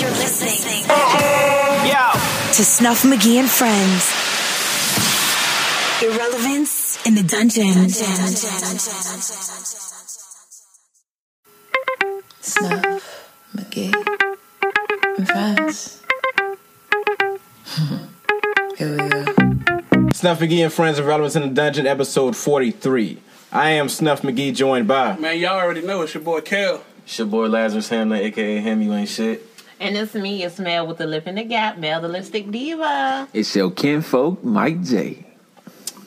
You're listening. To Snuff McGee and Friends. Irrelevance in the dungeon. Snuff, McGee, and friends. Here we go. Snuff McGee and Friends of Relevance in the Dungeon, episode 43. I am Snuff McGee, joined by. Man, y'all already know it's your boy Kel. It's your boy Lazarus Hamlet, aka Ham, you ain't shit. And it's me, it's Mel with the Lip in the Gap, Mel the Lipstick Diva. It's your kinfolk, Mike J.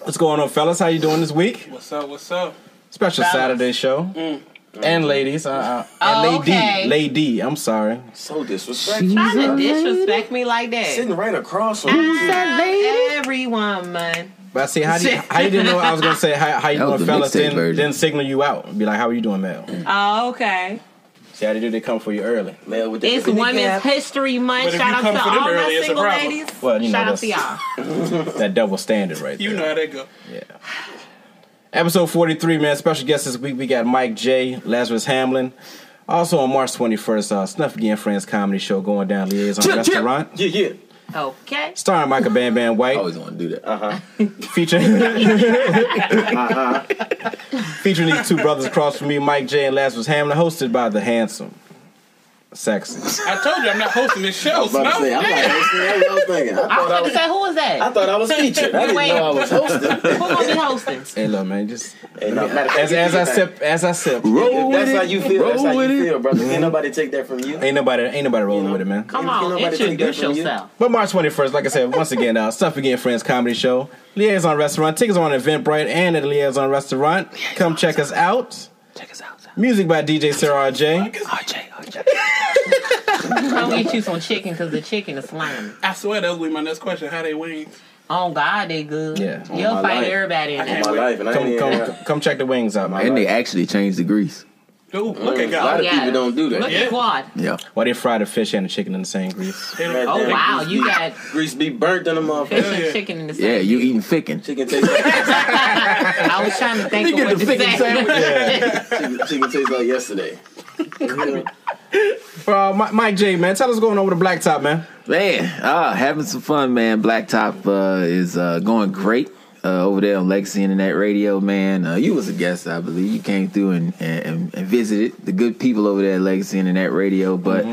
What's going on, fellas? How you doing this week? What's up? What's up? Special Fellas. Mm. Saturday show. And ladies. Uh, uh, and Oh, lady. okay. Lady, I'm sorry. So disrespectful. Trying to Jesus. disrespect me like that. Sitting right across from you. Every woman. But I see, how do you, how you didn't know I was going to say, how, how you That doing, was the fellas? mixtape Then, version. then signal you out and be like, how are you doing, Mel? Oh, okay. See how they do, they come for you early. Man, with the It's Women's History Month. But if Shout you out come to for them all early, my it's a single problem. ladies. Well, you know, Shout out to that's- y'all. That double standard right You there. know how that go. Episode 43, man. Special guest this week, we got Mike J, Lazarus Hamlin. Also on March 21st, uh, Snuff Again Friends comedy show going down Liaison Chip, chip. Restaurant. Yeah, yeah. Okay. Starring Michael Bam Bam I White, always want to do that. featuring featuring these two brothers across from me, Mike J and Lazarus Hamlin, hosted by the handsome, sexy. I told you I'm not hosting this show. I was about to say, Snow. I'm not hosting. That's what I was thinking. I I was thought about I to was, say, who is I that? thought I was featured. I didn't Wait. know I was hosting. Who's going to be hosting? Hey, look, man, just Hey, no, matter of fact, as, as I if- sip, as I sip, Roll If with that's it. how you feel, that's Roll how with you it. Mm-hmm. feel, brother. Ain't nobody take that from you. ain't nobody, ain't nobody rolling with it, man. Come Ain't on, nobody take that introduce from you. yourself. But March 21st, like I said, once again, uh, Stuff Again Friends Comedy Show. Liaison Restaurant. Tickets are on Eventbrite and at Liaison Restaurant. Come check us out. Check us out. Music by DJ Sir RJ. RJ, RJ. Come eat you some chicken because the chicken is slimy. I swear that was gonna be my next question. How they wings? Oh, God, they good. Yeah. On You'll my fight life. everybody in In that. my life, and I Come, ain't even come, come check the wings out, And they man. actually changed the grease. Dude, look Mm, at A lot God. of people don't do Look that. at Yeah. Quad. Yeah. Why they fry the fish and the chicken in the same grease? They Man, don't- Oh, that wow. grease You be- got grease be burnt in the fish motherfucker. Hell yeah. and chicken in the same Yeah, you eating fickin'. Chicken tastes like I was trying to think You of get what the to fickin' say. sandwich. chicken, chicken tastes like yesterday. Uh, Mi- Mike J, man, tell us what's going on with the blacktop, man. Man, uh, having some fun, man. Blacktop uh, is uh, going great uh, over there on Legacy Internet Radio, man. Uh, you was a guest, I believe. You came through and, and, and visited the good people over there at Legacy Internet Radio. But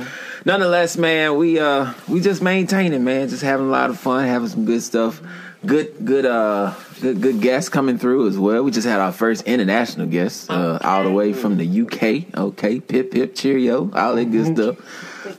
nonetheless, man, we uh, we just maintaining, man. Just having a lot of fun, having some good stuff. Good, good, uh, good, good guests coming through as well. We just had our first international guest, uh, all the way from the UK. Okay, pip, pip, cheerio, all that good stuff.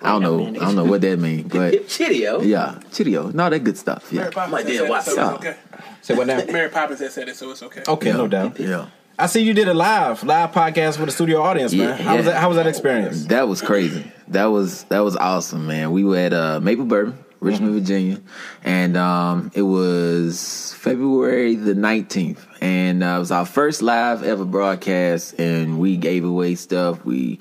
I don't know, I don't know what that means, but Hip chitio. yeah, Cheerio. No, that good stuff. Yeah. Mary Poppins My had dear said it, so Watson. it's okay. Say what now? Mary Poppins had said it, so it's okay. Okay, no doubt. Yeah. I see you did a live, live podcast with a studio audience, man. Yeah, How was yeah. that? How was that experience? That was crazy. That was that was awesome, man. We were at uh, Maple Bourbon, Richmond, Virginia, and um, it was February the nineteenth, and uh, it was our first live ever broadcast, and we gave away stuff. We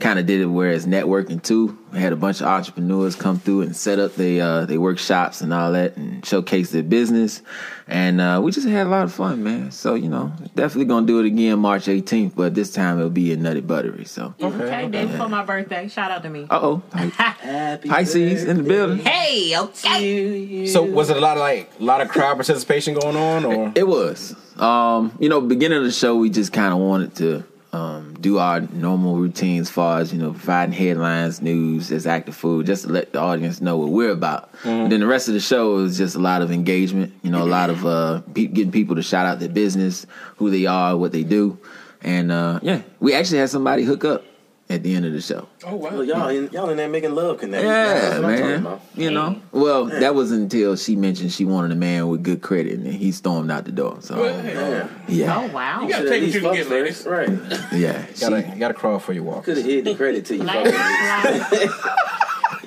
kind of did it where it's networking too. We had a bunch of entrepreneurs come through and set up they uh, they workshops and all that, and showcase their business, and uh, we just had a lot of fun, man. So you know, definitely gonna do it again March eighteenth, but this time it'll be in Nutty Buttery. So. Okay, day before my birthday. Shout out to me. Uh oh. Happy Pisces in the building. Hey, okay. So was it a lot of like, a lot of crowd participation going on, or It was. Um, you know, beginning of the show, we just kind of wanted to um, do our normal routines, as far as you know, providing headlines, news, as active food, just to let the audience know what we're about. And then the rest of the show is just a lot of engagement. You know, a lot of uh, pe- getting people to shout out their business, who they are, what they do, and uh, yeah, we actually had somebody hook up at the end of the show. Oh wow. Well, y'all in, y'all in there making love connection. Yeah, That's what I'm talking man. about. You know. Well, that was until she mentioned she wanted a man with good credit, and then he stormed out the door. Well, So hey, Yeah. Oh, yeah, wow. Yeah. Should Take what at least you can fuck get, ladies. first. Right. yeah. She, gotta gotta crawl for your walk? Could have hid the credit to you. Like, fucking- like,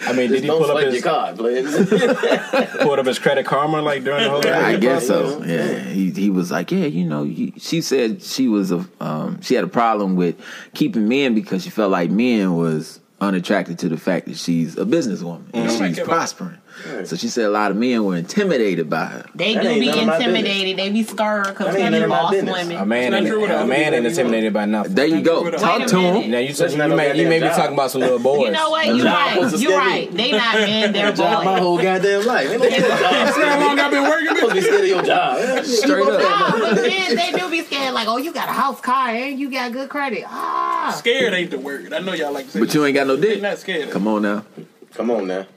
I mean, did he Don't pull up swipe his your card, please. pulled up his credit karma like during the whole I guess so. Yeah. Yeah, he he was like, yeah, you know, you, she said she was a um, she had a problem with keeping men because she felt like men was unattracted to the fact that she's a businesswoman and Nobody she's care about- prospering. So she said a lot of men were intimidated by her. They That do ain't be none of my intimidated. They be scared because That ain't none women of my boss business. A women. man, It's not ain't, true what I a was man thinking. ain't intimidated by nothing. There you go. Wait a Talk to them. Now you, That's you, not no may, you may be goddamn job. talking about some little boys. You know what? You job was right. You a steady- right. They not men. They're Job my boys. whole goddamn life. Ain't no job. That's how long I've been working. supposed to be bitch. steady your job. Straight up. "Ah." Nah, Ah, but then they do be scared. Like, oh, you got a house, car, and you got good credit. Ah, Scared ain't the word. I know y'all like to say. But you ain't got no They dick. not scared. Come on now. Come on now.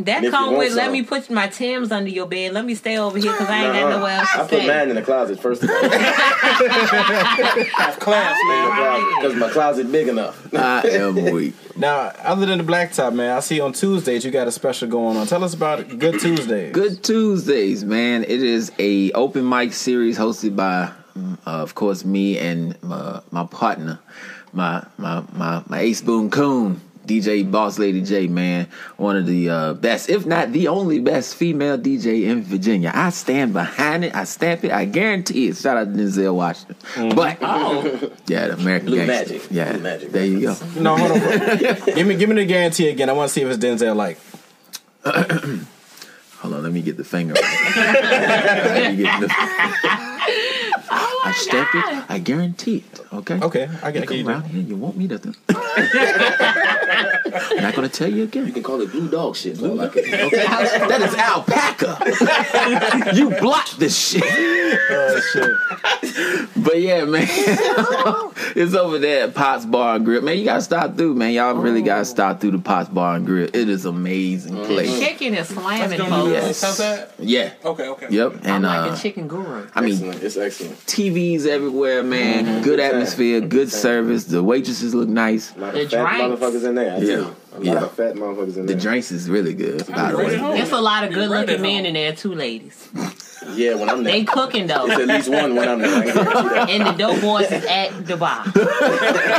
that And if you come want with. Let some- me put my Tim's under your bed. Let me stay over here because I ain't got Nuh-uh. nowhere else I to put stay. mine in the closet first of all. Have class, man. Because my closet big enough. I am weak. Now, other than the blacktop, man, I see on Tuesdays you got a special going on. Tell us about it. Good Tuesday. Good Tuesdays, man. It is a open mic series hosted by, mm, uh, of course, me and my, my partner, my my my my Ace Boom Coon, DJ Boss Lady J, man. One of the uh, best, if not the only best, female DJ in Virginia. I stand behind it. I stamp it. I guarantee it. Shout out to Denzel Washington. But yeah, the American Mm. Blue Gangster. Magic. Yeah, Blue Magic there you go. No, hold on. give me, give me the guarantee again. I want to see if it's Denzel. Like, Hold on, let me get the finger. right. Let me get the- I stamp it. I guarantee it. Okay. okay, I You get come it. around here, you want me to. I'm not gonna tell you again. You can call it blue dog shit. Blue dog. Like Okay, that is alpaca. you blocked this shit. Oh, shit. But yeah, man, it's over there at Pots Bar and Grill. Man, you gotta stop through, man. Y'all really Oh. gotta stop through the Pots Bar and Grill. It is amazing Mm-hmm. place. Chicken is That's slamming, doing the folks. little Yes. Southside. Yeah. Okay, okay. Yep. I'm And like uh, a chicken guru. I mean, excellent. It's excellent. TVs everywhere, man. Good atmosphere, good service. The waitresses look nice. A lot The of fat drinks. motherfuckers in there. I Yeah. tell you. A lot Yeah. of fat motherfuckers in The there. drinks is really good, by I'm the ready way. home. There's a lot of Be good right at looking men home. in there too, ladies. Yeah, when I'm there. They cooking It's though, at least one when I'm there. I can guarantee that. and the dope boys is at the bar.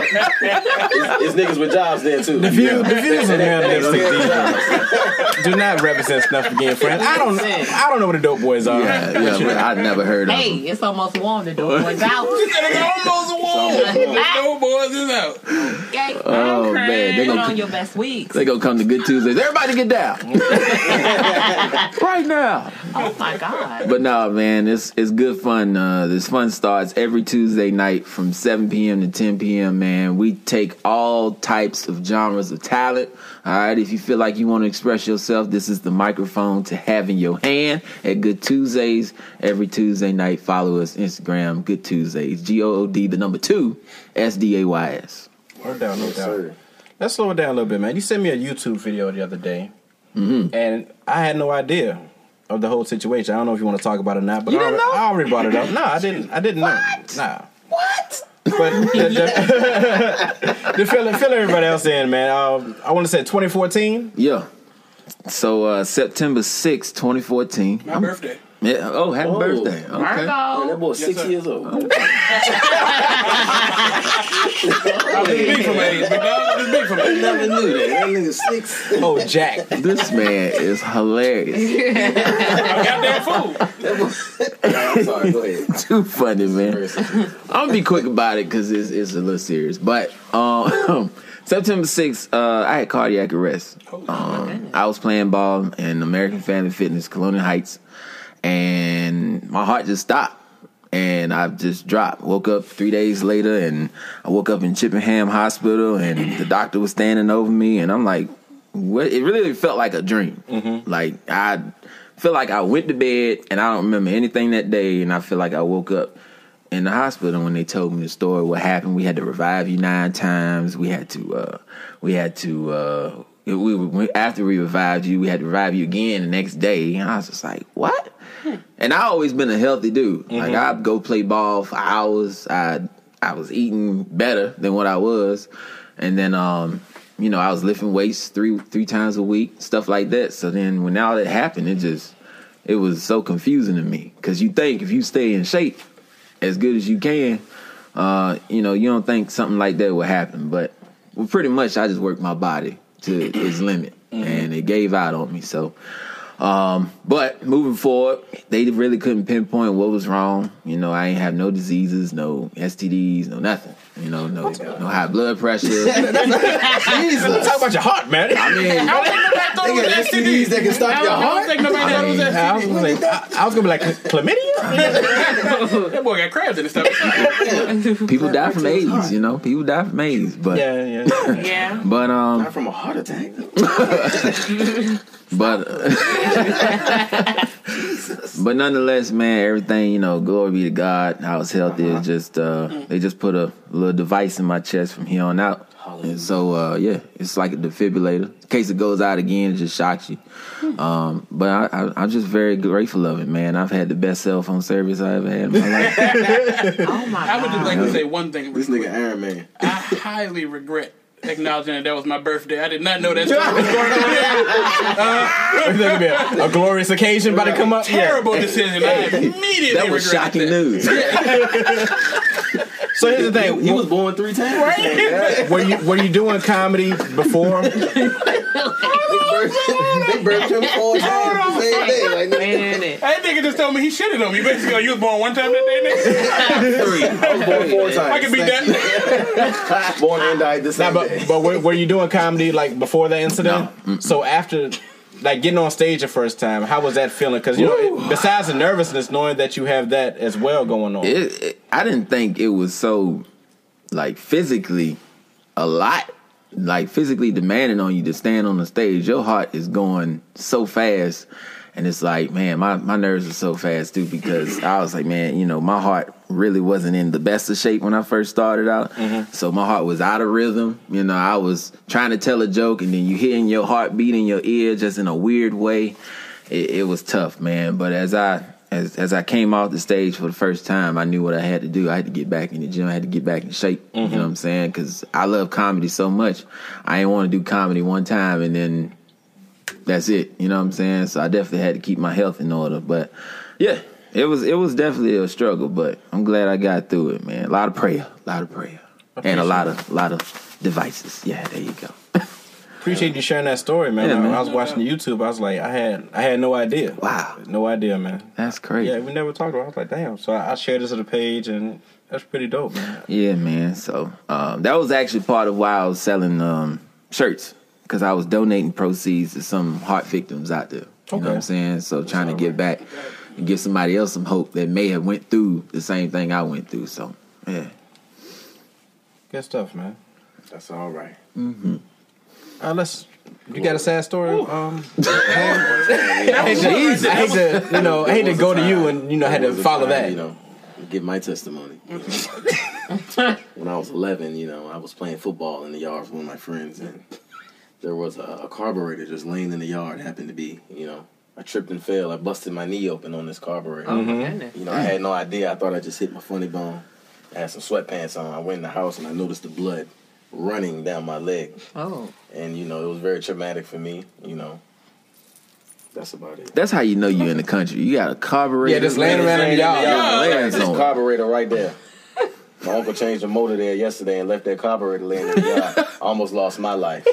It's niggas with jobs there too. The view, the view is a man They lipstick still DJ. jobs. Do not represent Snuff Again, friends. I don't, I don't know what the dope boys are. Yeah, yeah, but I never heard of Hey, them. it's almost warm. The dope boys out. This nigga almost won. No boys is out. Okay. Oh, man, they Put gonna- on your best wigs. They gonna come to Good Tuesdays. Everybody get down right now. Oh my god. But no, man, it's it's good fun. Uh, this fun starts every Tuesday night from 7 p.m. to 10 p.m. Man, we take all types of genres of talent. All right, if you feel like you want to express yourself, this is the microphone to have in your hand at Good Tuesdays every Tuesday night. Follow us Instagram Good Tuesdays G O O D the number two S D A Y S. Word down, no Yes, doubt. sir. Let's slow it down a little bit, man. You sent me a YouTube video the other day, and I had no idea of the whole situation. I don't know if you want to talk about it or not, but I, already, I already brought it up. No, I didn't. I didn't know. Nah. What? But the, the, the fill, fill everybody else in, man. Um, I want to say 2014. Yeah. So uh, September 6, 2014. My birthday. Yeah. Oh, happy Oh. birthday. Okay. Man, that Virgo. boy's six sir. years old. I was big for my age, big dog. I was big for my age. Never knew that. That nigga's six. Oh, Jack. This man is hilarious. I'm a goddamn fool. I'm sorry. Go ahead. Too funny, man. I'm gonna be quick about it because it's, it's a little serious. But um, September 6th, uh, I had cardiac arrest. Oh, Um, I was playing ball in American Family Fitness, Colonial Heights, and my heart just stopped. And I just dropped. Woke up three days later, and I woke up in Chippenham Hospital, and the doctor was standing over me, and I'm like, "What?" It really felt like a dream. Like I feel like I went to bed, and I don't remember anything that day, and I feel like I woke up in the hospital when they told me the story what happened we had to revive you nine times we had to uh we had to uh we, we after we revived you we had to revive you again the next day and i was just like what and i always been a healthy dude like i'd go play ball for hours i i was eating better than what i was and then um you know i was lifting weights three three times a week stuff like that so then when all that happened it just it was so confusing to me because you think if you stay in shape as good as you can, uh, you know, you don't think something like that would happen. But well, pretty much, I just worked my body to its limit, and it gave out on me. So Um, but moving forward, they really couldn't pinpoint what was wrong. You know, I ain't have no diseases, no STDs, no nothing. You know, no no high blood pressure. Let's talk about your heart, man. I mean, They got STDs that can stop your I don't heart. think nobody I, knows mean, I, was that. gonna be like, I, I was gonna be like chlamydia. That boy got crabs in his stomach. People die from AIDS. You know, people die from AIDS. But yeah, yeah. yeah. Yeah. but um Not from a heart attack. But but nonetheless, man, everything you know, glory be to God. I was healthy. Uh-huh. It's Just uh, they just put a little device in my chest from here on out, and so uh, yeah, it's like a defibrillator. In case it goes out again, it just shocks you. Hmm. Um, but I, I, I'm just very grateful of it, man. I've had the best cell phone service I ever had in my life. Oh my I would god. just like to say one thing. This nigga Iron Man. I highly regret acknowledging that that was my birthday. I did not know that stuff was going on. There's gonna be a, a glorious occasion about to come up. Yeah. Terrible decision. I immediately that was regret shocking that. news. So here's the thing: He was born three times. were you were you doing comedy before? They birthed him four times the same day. Like, nigga, Wait a minute. That nigga just told me he shitted on me. Basically, like, you was born one time that day, nigga. I was born four times. I could be Same- that. Born and died the Nah, same but day. but were, were you doing comedy like before that incident? So after, like getting on stage the first time, how was that feeling? Because you know, it- besides the nervousness, knowing that you have that as well going on. it, it, I didn't think it was so like physically a lot like physically demanding on you to stand on the stage. Your heart is going so fast and it's like, man, my, my nerves are so fast too because I was like, man, you know, my heart really wasn't in the best of shape when I first started out. So my heart was out of rhythm. You know, I was trying to tell a joke and then you hearing your heart beat in your ear just in a weird way it, it was tough, man. But as I as as I came off the stage for the first time, I knew what I had to do. I had to get back in the gym. I had to get back in shape. You know what I'm saying? Because I love comedy so much. I didn't want to do comedy one time and then that's it. You know what I'm saying? So I definitely had to keep my health in order. But yeah, it was it was definitely a struggle. But I'm glad I got through it, man. A lot of prayer, a lot of prayer, and a lot of lot of devices. Yeah, there you go. Appreciate you sharing that story, man. Yeah, When man. I was watching YouTube. I was like, I had I had no idea. Wow. no idea, man. That's crazy. Yeah, we never talked about. it. I was like, damn. So I, I shared this on the page, and that's pretty dope, man. Yeah, man. So um, that was actually part of why I was selling um, shirts because I was donating proceeds to some heart victims out there. You know what I'm Okay. saying? So trying to give back and give somebody else some hope that may have went through the same thing I went through. So yeah, Good stuff, man. That's all right. Uh, let's. You got a sad story? Um, That was one right I there. hate to, you know, I hate to go to you and you know, I had There to was a follow time, that. You know, give my testimony. when I was 11, you know, I was playing football in the yard with one of my friends, and there was a, a carburetor just laying in the yard. Happened to be, you know, I tripped and fell. I busted my knee open on this carburetor. Oh my goodness. You know, I had no idea. I thought I just hit my funny bone. I had some sweatpants on. I went in the house and I noticed the blood running down my leg, Oh. and you know, it was very traumatic for me. You know, that's about it. that's how you know you're in the country. You got a carburetor. Yeah, just laying around in the yard. laying This somewhere. carburetor right there. My uncle changed the motor there yesterday and left that carburetor laying in the yard. I almost lost my life.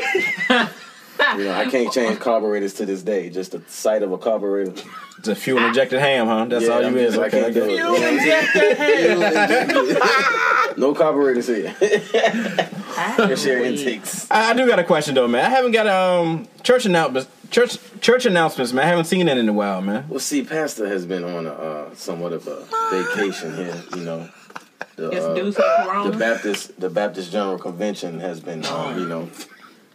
You know, I can't change carburetors to this day. Just the sight of a carburetor. It's a fuel injected ham, huh? That's Yeah, all you I'm is. just- I Okay, can't I do get it. it. no carburetors here. Fresh air intakes. I, I do got a question though, man. I haven't got um church announcements, church church announcements, man. I haven't seen that in a while, man. Well, see, Pastor has been on a uh, somewhat of a vacation here. You know, the, It's uh, due to the Corona. Baptist the Baptist General Convention has been, um, you know,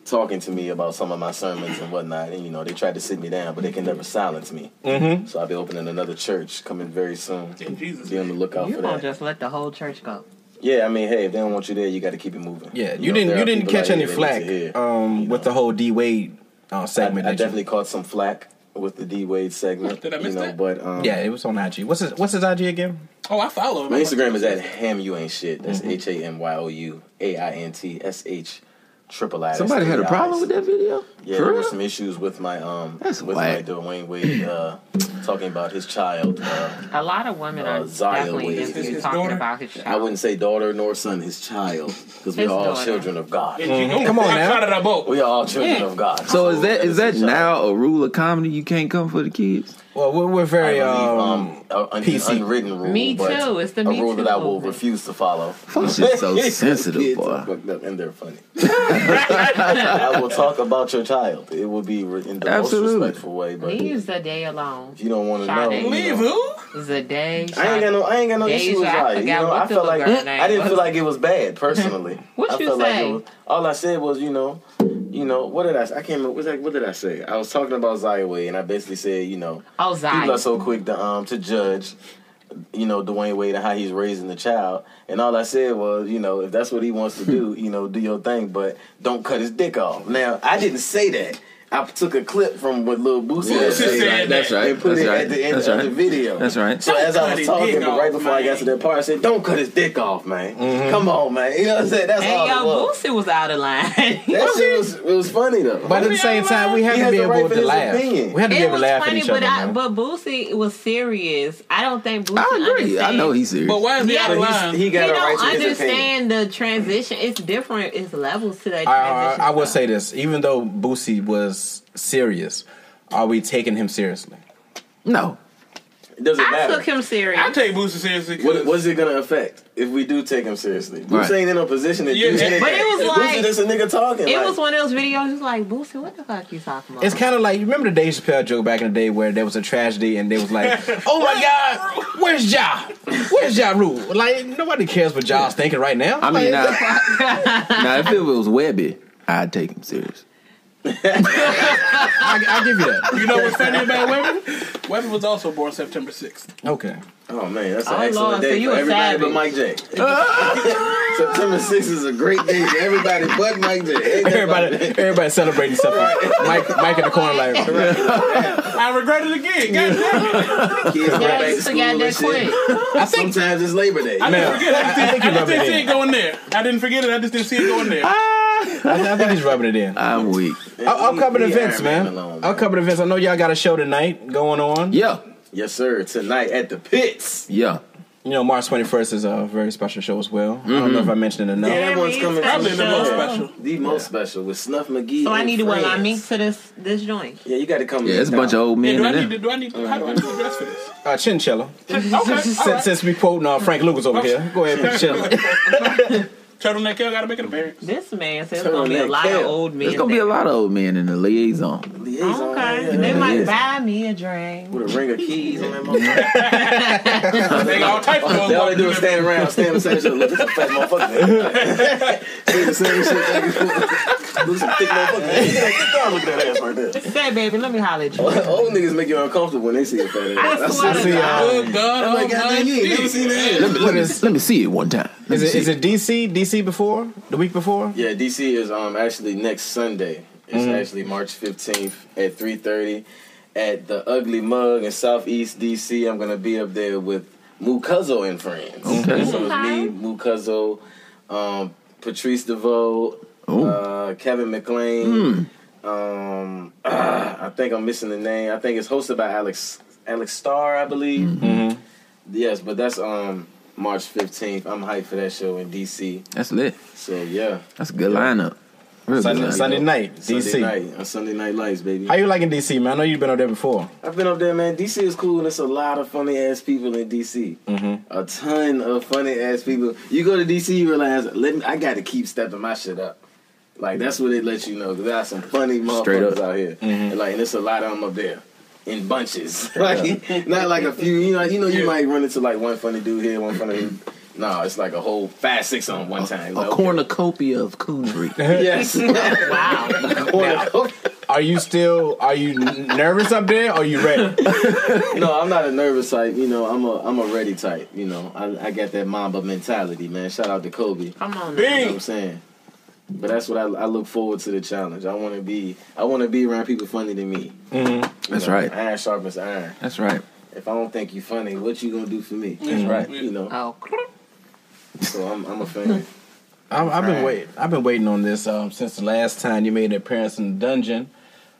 talking to me about some of my sermons and whatnot. And you know, they tried to sit me down, but they can never silence me. Mm-hmm. So I'll be opening another church coming very soon. In Jesus' Be on the lookout You for gonna that. just let the whole church go? Yeah, I mean, hey, if they don't want you there, you got to keep it moving. Yeah, you, know, didn't there you are didn't people catch out any here that need flack to hear. um with the whole D Wade uh, I, I segment. that you- definitely caught some flack with the D Wade segment. Did I miss you know, that? But um, yeah, it was on IG. What's his What's his IG again? Oh, I follow him. Mm-hmm. My Instagram is at ham you ain't shit. That's H A M Y O U A I N T S H triple added. Somebody had a problem with that video? Yeah, For there real? were some issues with my um That's with whack. like the Wayne Wade uh, talking about his child. Uh, A lot of women Uh, are Zion definitely Wade. into His talking daughter? about his I child. wouldn't say daughter nor son, his child, because we're His all daughter. children of God. Mm-hmm. Come on now. Mm. We are all children of God. So is that is that his child. now a rule of comedy? You can't come for the kids. Well, we're, we're I very believe, um, um, a- an PC. unwritten rule. Me but too. It's the a Me rule Too that I will movement. refuse to follow. Folks just so sensitive, Kids boy. are fucked up and they're funny. I will talk about your child. It will be re- in the Absolutely. most respectful way, but Leave the day alone. if you don't want to know, Sade. you Leave know. who? The day. I ain't got no, I ain't got no Yeah, issue you with said- I Zaya. You forgot know, what I the felt little like girl name I didn't was. feel like it was bad personally. What I you felt like say? it was, all I said was, you know, you know, what did I? say? I can't remember. What, did I- what did I say? I was talking about Zaya Wade, and I basically said, you know, Oh, people Zion. are so quick to um to judge. You know Dwayne Wade and how he's raising the child, and all I said was, you know, if that's what he wants to do, you know, do your thing, but don't cut his dick off. Now I didn't say that. I took a clip from what Lil Boosie Boosie said, said like, that. That's right. and put That's it right. at the end That's of right. the video. That's right. So as I cut was his talking, dick but right off, before I got man. to that part, I said, "Don't cut his dick off, man. Mm-hmm. Come on, man. You know what I'm saying? That's all And it yo, was. Boosie was out of line. That shit was it was funny though. But at the same time, we have He to has be the able right for to his laugh. opinion. We have to be It able to was laugh at funny, each but other. I, man. but Boosie was serious. I don't think Boosie. I agree. I understands- know he's serious. But why is he Yeah, out of but He's- line? he got he a don't right to his opinion. understand the transition. It's different. It's levels to that transition. I, uh, I, I would stuff. say this: even though Boosie was serious, are we taking him seriously? No. It doesn't I matter. took him serious. I take Boosie seriously. 'cause- What, what's it gonna affect if we do take him seriously? Who's Right. ain't in a position to Yeah, do anything. but it was Who's like- just a nigga talking. it like, was one of those videos. It was like Boosie, what the fuck you talking about? It's kind of like you remember the Dave Chappelle joke back in the day where there was a tragedy and they was like, "Oh my God, where's Ja? Where's Ja Rule?" Like nobody cares what Ja's thinking right now. I mean, Like, now, now if it was Webby, I'd take him serious. I, I give you that. You know what's funny about women? Women was also born September 6th. Okay, oh man, that's an Oh, excellent Lord, so day you for a everybody savage. but Mike J. September 6th is a great day for everybody but Mike J. Ain't that everybody, everybody celebrating something. Mike, Mike in the corner, like, I regret it again. God damn it. funny? Kids go yeah, back you to forgot school and that quick. shit. I think Sometimes it's Labor Day. I didn't Man, forget it. I just I- I didn't, think you I just rubbed didn't it see in. it going there. I didn't forget it. I just didn't see it going there. I, I think he's rubbing it in. I'm weak. Up- Upcoming Leave events, Iron Man man. alone, man. Upcoming events. I know y'all got a show tonight going on. Yeah. Yes, sir. Tonight at the pits. Yeah. You know, March 21st is a very special show as well. I don't know Mm-hmm. if I mentioned it enough. That one's Very coming Probably the most Yeah. special. The most special with Snuff McGee. So I and need to wear my friends. mink to this this joint. Yeah, you got to come. Yeah, it's a bunch of old Yeah, men do I in need there. to, do I need to, how do I need to dress for this? Uh, Chinchilla. Okay, all Since, right. since we quoting uh, Frank Lucas over here, go ahead and chill. Turtleneck Hill got to make an appearance. This man says Turn gonna be a that lot of cap. old men. There's gonna be a lot of old men in the liaison. Liaison, Okay, yeah, they yeah, might yeah. buy me a drink. with a ring of keys on that motherfucker. They got all types of They all they do those. is stand around, stand beside each other. Look, this is a fat motherfucker. See the same shit. nigga. Look, some thick motherfucker. You know, thick dog, Look at that ass right there. Say, baby, let me holler at you. Old niggas make you uncomfortable when they see a fat ass. I swear to see, God. uh, Good Oh, God I'm like, goddamn, you ain't never Almighty. seen that. Let me, let me, let me see it one time. Let Is me it, see is it DC? DC before? The week before? Yeah, DC is um actually next Sunday. It's Mm. actually March fifteenth at three thirty at the Ugly Mug in Southeast DC. I'm gonna be up there with Mukuzzo and friends. Okay. So it's Okay. me, Mukuzzo, um, Patrice DeVoe, Ooh. Hmm. uh, Kevin McLean. Um, I think I'm missing the name. I think it's hosted by Alex Alex Starr, I believe. Mm-hmm. Yes, but that's um March fifteenth. I'm hyped for that show in DC. That's lit. So yeah. That's a good lineup. Real good Sunday, lineup. Sunday night, DC. Sunday night on Sunday Night Lights, baby. How you liking DC, man? I know you've been up there before. I've been up there, man. DC is cool, and it's a lot of funny ass people in DC. A ton of funny ass people. You go to DC, you realize, let me, I got to keep stepping my shit up. Like that's what it lets you know. 'cause There are some funny Straight motherfuckers up. out here, and like, and it's a lot of them up there in bunches. like, not like a few. You know, you know, you Yeah. might run into like one funny dude here, one funny. dude. No, it's like a whole five, six on one time. A Like, cornucopia of coonery. okay. Yes. wow. Are you still? Are you n- nervous up there? Or are you ready? No, I'm not a nervous type. You know, I'm a I'm a ready type. You know, I, I got that Mamba mentality, man. Shout out to Kobe. You know Come on, now. what I'm Bing. saying? But that's what I, I look forward to the challenge. I want to be I want to be around people funny than me. Mm-hmm. That's right. Iron sharpens iron. That's right. If I don't think you funny, what you gonna do for me? That's right. You know. Oh, So I'm I'm a fan. I've, I've been waiting. I've been waiting on this um, since the last time you made an appearance in the dungeon.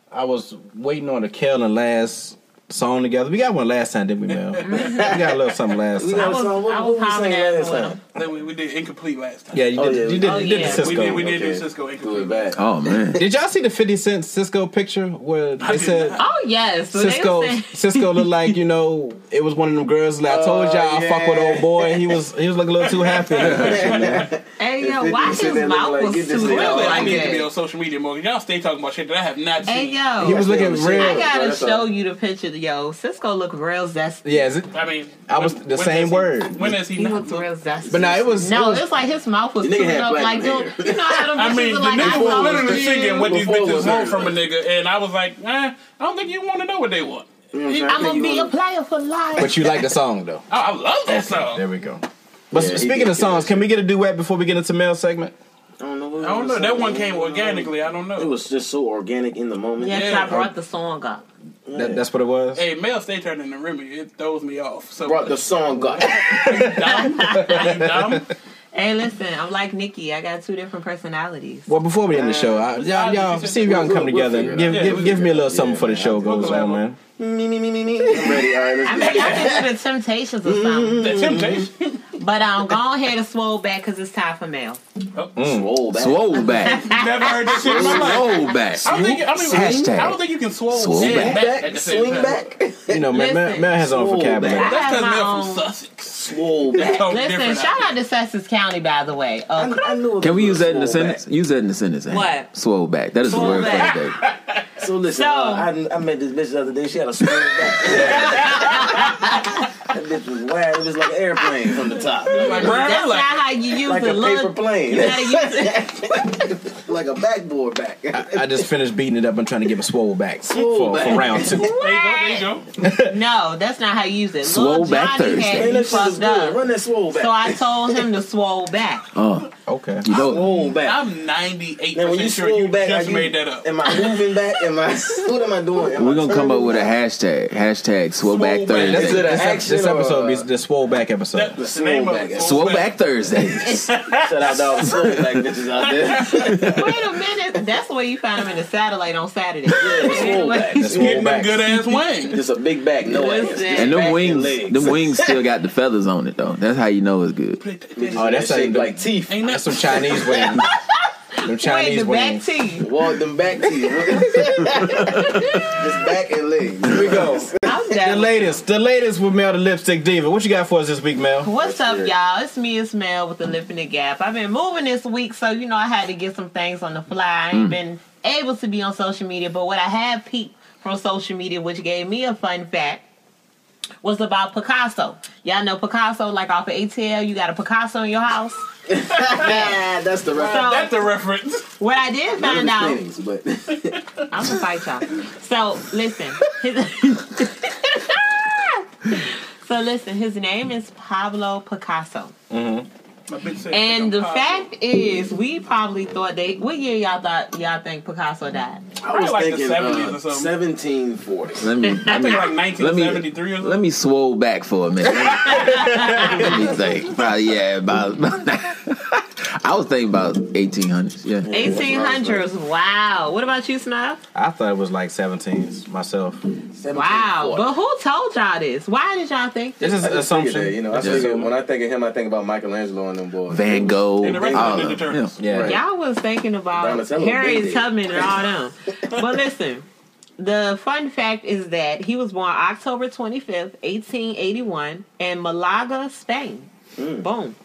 I was waiting on the Kel and last song together. We got one last time, didn't we, Mel? we got a little something last We time. got a song. What, I what was we sang hollering at last him. time? Then we, we did incomplete last time. Yeah, you Oh, did. yeah, You we did, did. you Oh, did yeah. the Cisco. We did, we did. did do Cisco Do it incomplete. back. Oh man. y'all see the Fifty Cent Cisco picture where I they did said? Oh yes, so Cisco, They were saying, Cisco looked like you know it was one of them girls. Like I told y'all, I fuck with old boy. and He was he was looking a little too happy. in that picture, man. hey If yo, it why didn't his sit there looking mouth like, was get too this little nigga Really, out. I like need to be on that? social media more. Y'all stay talking about shit that I have not Hey seen. He yo, was looking I real. gotta That's all. show you the picture. Yo, Cisco looked real zesty. Yeah, is it, I mean, I was- when- the when does same he- word. When is he? He not looked look- real zesty. but now it was it No, was it's like his mouth was The nigga too had up. platinum Like, hair. you know how them I bitches mean, are the like, I nigga was saw literally this thinking what these Before bitches want was married. from a nigga, and I was like, eh, I don't think you want to know what they want. You know what I'm saying? I'm I gonna think be you a wanna- player for life. But you like the song though. I, I love that song. There we go. But Yeah, he speaking did of songs, good. can we get a duet before we get into Mel's segment? I don't know. what I don't it know. was. That one came organically. I don't know. It was just so organic in the moment. Yes, Yeah. I brought the song up. That, that's what it was. Hey, male stay turning the Remy. It throws me off. So brought the song up. dumb. Are you dumb? Hey, listen, I'm like Nikki. I got two different personalities. Well, before we end the show, I, y'all, y'all see if y'all can come We'll- we'll together. figure it give out. give, Yeah, give me a little out. something Yeah, for the man. show goes collab. on, man. me me me me me. I'm ready. All right, let's I do mean, it. y'all can do the Temptations or something. The temptation. But um, go ahead and swole back because it's time for mail. Swole back. Swole back. Never heard that shit in my life. Swole back. I don't, think, I, don't even, Hashtag. I don't think you can swole, Swole and back. at the same Swing time. back. You know, man, Mel, Listen. Mel has on Swole vocabulary. back. That's I have because my Mel own- from Sussex. Swole back. Talk Listen, different shout out out to Sussex County, by the way. I, Uh, I knew it Can we was use that in the swole back. sentence? Use that in the sentence. Ann. What? Swole back. That is Swole the word back. for the day. So listen, So- uh, I, I met this bitch the other day. She had a swole back. that bitch was wild. It was like an airplane from the top, Like, like, bruh, that's like, not how you use like the a look. paper plane, You gotta use it. like a backboard back. I just finished beating it up and trying to give a swole back Swole for, back. for round two. there you go. There you go. No, that's not how you use it. Swole Lil back Johnny Thursday. had me Man, that shit is fucked good. up. Run that swole back. So I told him to swole back. Uh, Okay. you know, swole back. I'm 98 Now, when you percent sure scroll you back, just are you- made that up. Am I moving back? Am I? What am I doing? Am we're I gonna come up turning with a back? hashtag. Hashtag swole back Swole back. Thursday. That's it. This, ep- action this episode or- be the swole back episode. That's the name of Swole it. back. Swole back Thursday. Shout out to all the swole back bitches out there. Wait a minute. That's the way you found him in the satellite on Saturday. swole back. The swole Getting them back. good ass wings. Just a big back, no ass. Listen. Just And back them wings, legs. them wings still got the feathers on it though. That's how you know it's good. Oh, that's Shaped like, like teeth. Ain't that's that some Chinese wings. Them Wait, Chinese the back wings. teeth. Walk them back teeth. Just back and legs. Here we go. I'm The done. latest, the latest with Mel the Lipstick Diva. What you got for us this week, Mel? What's Let's up, hear it. y'all? It's me, it's Mel with the Lip in the Gap. I've been moving this week, so you know I had to get some things on the fly. I ain't been able to be on social media, but what I have peeped from social media, which gave me a fun fact, was about Picasso. Y'all know Picasso, like off of ATL, you got a Picasso in your house. Yeah, that's the right. So That's a reference. what I did find out, Paintings, but that I'm gonna fight y'all. So listen, his- so listen, his name is Pablo Picasso. My bitch said, And the "Picasso." fact is, we probably thought they. What year y'all thought y'all think Picasso died? I was like the thinking 70s uh, or something. 1740. Let me, I let me, think like let me, 1973 or something. let me swole back for a minute. let me think. Probably yeah, about. I was thinking about 1800s. Yeah, Eighteen hundreds. Wow. What about you, Snuff? I thought it was like 17s myself. Wow. 1740. But who told y'all this? Why did y'all think? This is I an just figured assumption. that, you know, I It's an figured assumption. when I think of him, I think about Michelangelo and them boys. Van Gogh. And the rest all of the of them. Turtles. Yeah. Right. Y'all was thinking about Donatello, Harriet baby. Tubman and all them. but listen, the fun fact is that he was born October 25th, 1881, in Malaga, Spain. Mm. Boom.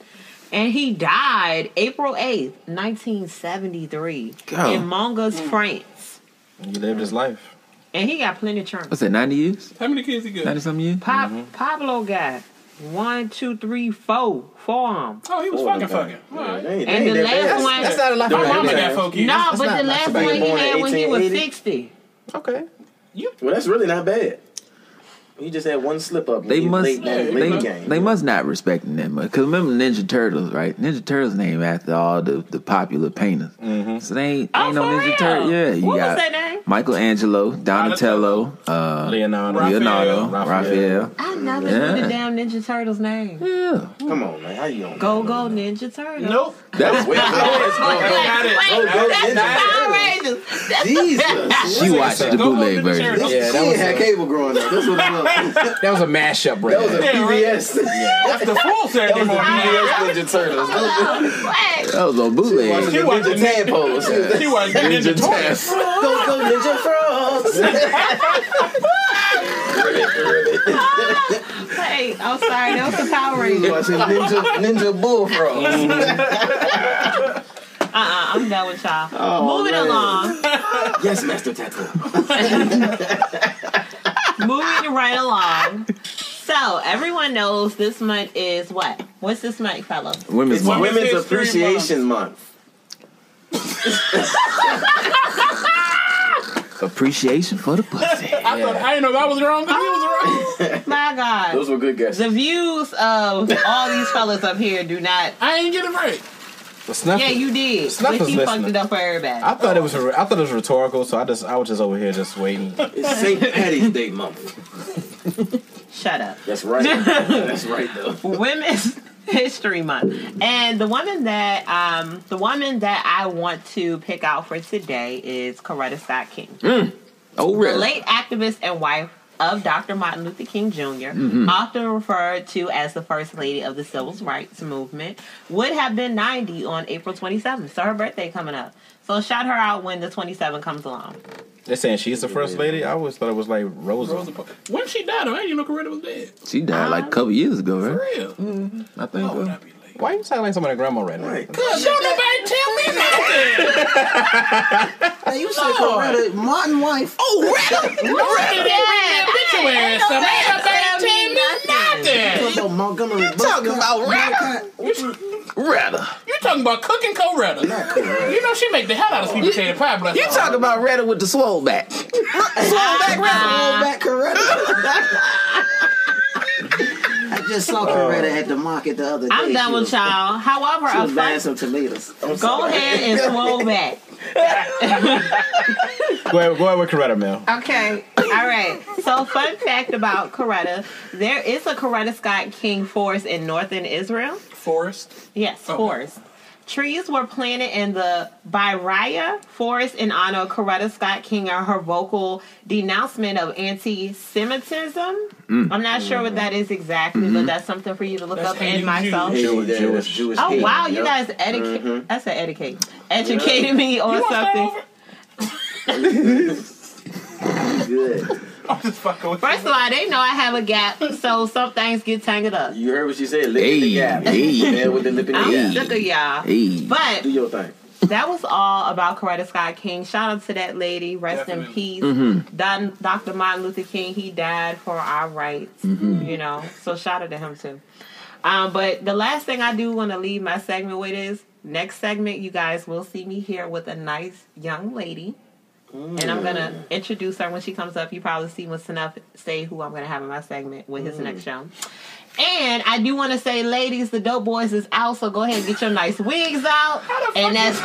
And he died April 8th, 1973, Go. in Mongas, France. He lived his life. And he got plenty of churns. What's that? 90 years? How many kids he got? 90 something years? Pop, Mm-hmm. Pablo got one, two, three, four, four of 'em. Oh, he was Oh, fucking them fucking. guys. All right. They ain't- they And ain't the that last bad. one. That's not a lot. My of mama money. got four kids. No, That's but not- the that's last one about he born in had when he was 1880. 60. Okay. Well, that's really not bad. You just had one slip up. They in must, late, yeah, late, they late must- game. they must not respect him that much. Cause remember Ninja Turtles, right? Ninja Turtles named after all the, the popular painters. So they ain't, Oh, ain't no for Ninja real? Turtle. Yeah, you what got was that name? Michelangelo, Donatello, uh, Leonardo, Leonardo, Raphael. Raphael. I never Yeah. knew the damn Ninja Turtles name. Yeah. Come on, man. How you don't Go Go know? Ninja Turtles. Nope. That's Wait, Wait, wait, Go that's Ninja Power Turtles. Rangers. Jesus. she watched the Go Go bootleg Ninja version. Turtles. Yeah, Yeah, that was had a, cable growing up. That's what it was. that was a mashup right That was a there. PBS. That's the full Saturday That was a morning. PBS Ninja Turtles. That Wait. That was on was bootleg. the watched Ninja the- Tadpoles. She was Ninja Turtles. Go, go, Ninja Frogs. Wait, I'm sorry, that was the Power You Rangers. Uh-uh, watching Ninja, Ninja Bullfrogs. Uh-uh, I'm done with y'all. Oh, Moving man. along, Yes, Master Tattoo. moving right along. So everyone knows this month is what? What's this month, fellow? Women's It's Month. Women's History Appreciation Month. Appreciation for the pussy. I thought I didn't know if I was wrong, but he was wrong. My Those God, were good guesses. the views of all these fellas up here do not. I ain't get it right. It's nothing. Yeah, you did, Snuff but is you fucked listening. it up for everybody. I thought it was I thought it was rhetorical, so I just I was just over here just waiting. It's St. Patty's Day month. Shut up. That's right. That's right, though. Women's History Month, and the woman that um the woman that I want to pick out for today is Coretta Scott King. Oh, The really? late activist and wife of Dr. Martin Luther King junior Mm-hmm. often referred to as the First Lady of the Civil Rights Movement, would have been 90 on April 27th. So her birthday coming up. So shout her out when the 27 comes along. They're saying she's the first lady. I always thought it was like Rosa. Rosa Parks. When she died, though, I didn't even know Coretta was dead. She died like a couple years ago, For right? real. I think. Would I so. be late? Why you sound like somebody's grandma right now? Right. Don't nobody tell me nothing. you said Coretta, Martin wife. Oh, Coretta didn't read the obituary, so ain't nobody tell me nothing. about Montgomery You're talking about Rabbit. Retta. You talking about cooking Coretta? You know she make the hell out of sweet potato pie. Bless You her. talking about Retta with the swole back? Uh, back Coretta. I just saw Coretta at the market the other day. I'm She done was- with y'all. However, She a was buying fun- some tomatoes. go ahead and swole back. Go ahead, go ahead with Coretta, Mel. Okay. All right. So, fun fact about Coretta there is a Coretta Scott King forest in northern Israel. Forrest. Yes, Okay. forest. Trees were planted in the Byraya forest in honor of Coretta Scott King and her vocal denouncement of anti-Semitism. I'm not sure what that is exactly, but that's something for you to look Mm-hmm. That's up and hating myself. Jews. Jewish. Jewish, Jewish, Jewish. Oh hate, wow, you yep. guys educate. I said educate, educated me on You want to start something. over? Good. I'm just fucking with First of all, they know I have a gap, so some things get tangled up. You heard what she said. Lip in Hey, the gap. hey. Man with the lip in the I'm gap. sick of y'all. Hey. But Do your thing. that was all about Coretta Scott King. Shout out to that lady. Rest in Definitely. peace. Don, Dr. Martin Luther King, he died for our rights, you know. So shout out to him too. Um, but the last thing I do want to leave my segment with is next segment, you guys will see me here with a nice young lady. And I'm gonna introduce her when she comes up. You probably see what's enough say who I'm gonna have in my segment with his next show. And I do want to say, ladies, the Dope Boys is out, so go ahead and get your nice wigs out. And that's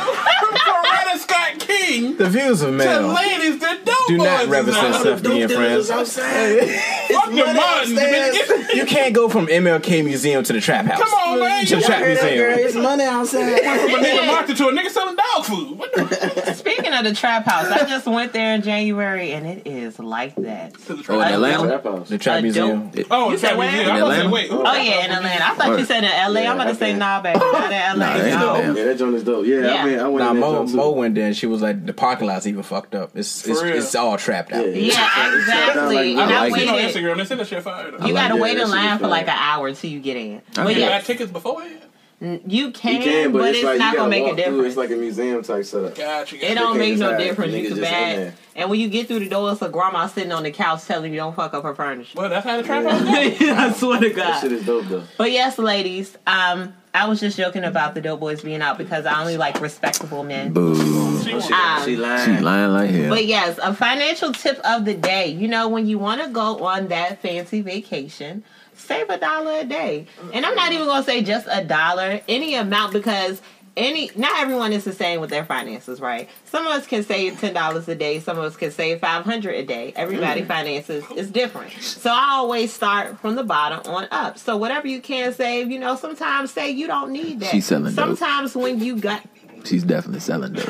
Coretta Scott King. The views of The Mel ladies, the dope do boys not is represent out. Seth D and friends. Fuck the Martins, bitch. Get- You can't go from MLK Museum to the Trap House. Come on, man. to the You Trap Museum. It's money outside. went from a nigga market to a nigga selling dog food. What the Speaking of the trap house, I just went there in January and it is like that. Oh, in Atlanta. Rap house. The Trap Adult. Museum. Oh, you said said where? wait. I was Atlanta? like, wait. Oh yeah, in Atlanta. I thought you said in LA. I'm about to say nah, baby, not in LA. Nah, ain't no no. damn- Yeah, that joint is dope. Yeah, Yeah. I mean, I went Nah, in that Mo, joint too. Mo went there and she was like, the parking lot's even fucked up. It's it's, For real. it's all trapped out. Yeah. Yeah, exactly. I And I like Seen on waited. Instagram. They said that shit fired. You gotta Yeah, wait that in shit line is for like an fine. hour till you get in. But You yeah, buy tickets beforehand. you can, You can, but, it's, like, not gonna you gotta make a walk through. difference. It's like a museum type setup. Gotcha. it gotcha. don't can't make no decide. difference. You Niggas too just in bad. there. And when you get through the door, it's a grandma sitting on the couch telling you don't fuck up her furniture. Well, that's how the trap house goes. I swear to That God. shit is dope though. But yes, ladies, um, I was just joking about the Doughboys being out because I only like respectable men. Boo. She wants- Um, She lying. She lying like hell. but yes, a financial tip of the day. You know, when you want to go on that fancy vacation, save a dollar a day. And I'm not even going to say just a dollar, any amount, because any not everyone is the same with their finances, right? Some of us can save ten dollars a day, some of us can save five hundred a day. Mm. Everybody finances is different. So I always start from the bottom on up. So whatever you can save, you know, sometimes say you don't need that. She's selling dope. sometimes when you got She's definitely selling dope.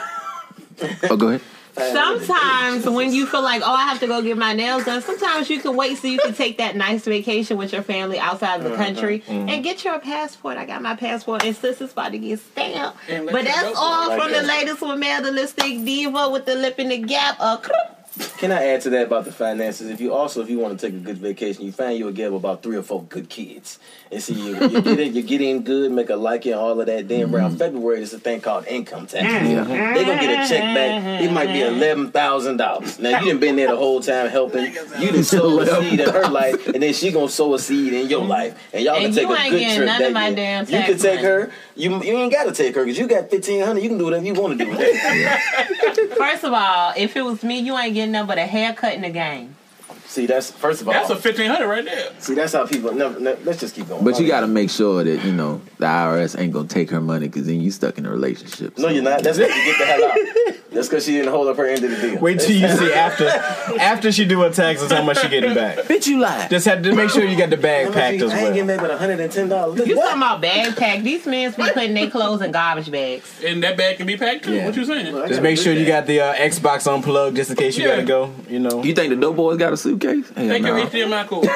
oh, go ahead. Sometimes when you feel like, oh, I have to go get my nails done, sometimes you can wait so you can take that nice vacation with your family outside of the Uh-huh, country and get your passport. I got my passport and sis is about to get stamped. And let But you go that's for all it like from the that. latest with Mel, the lipstick diva with the lip and the gap. Uh, Can I add to that about the finances? If you also, if you want to take a good vacation, you find you'll get about three or four good kids, and see you, you get it, you get in good, make a like it, all of that. Then Mm-hmm. around February, there's a thing called income tax. They're gonna get a check back. It might be Mm-hmm. eleven thousand dollars. Now you done been there the whole time helping. You done sow a seed in her life, and then she gonna sow a seed in your life, and y'all And can take you a ain't good getting trip none that of my year. damn You tax can take money. her. You you ain't gotta take her because you got fifteen hundred. You can do whatever you want to do with that. First of all, if it was me, you ain't getting nothing but a haircut in the game. See, that's first of all. That's a fifteen hundred right there. see, that's how people. Never, never, let's just keep going. But you Okay. got to make sure that you know the IRS ain't gonna take her money because then you stuck in a relationship. No, you're not. That's because you get the hell out. That's because she didn't hold up her end of the deal. Wait till you see after after she do her taxes how much she getting back. Bitch, you lied. Just had to make sure you got the bag I ain't packed as getting well. that but $110. You What? talking about bag pack? These men be putting their clothes in garbage bags. And that bag can be packed too. Yeah. What you saying? I Just gotta make do sure you got that. the uh, Xbox unplugged just in case you Yeah. gotta go. You know. You think the dope boys got a suitcase? Hell Thank no. your HDMI cord.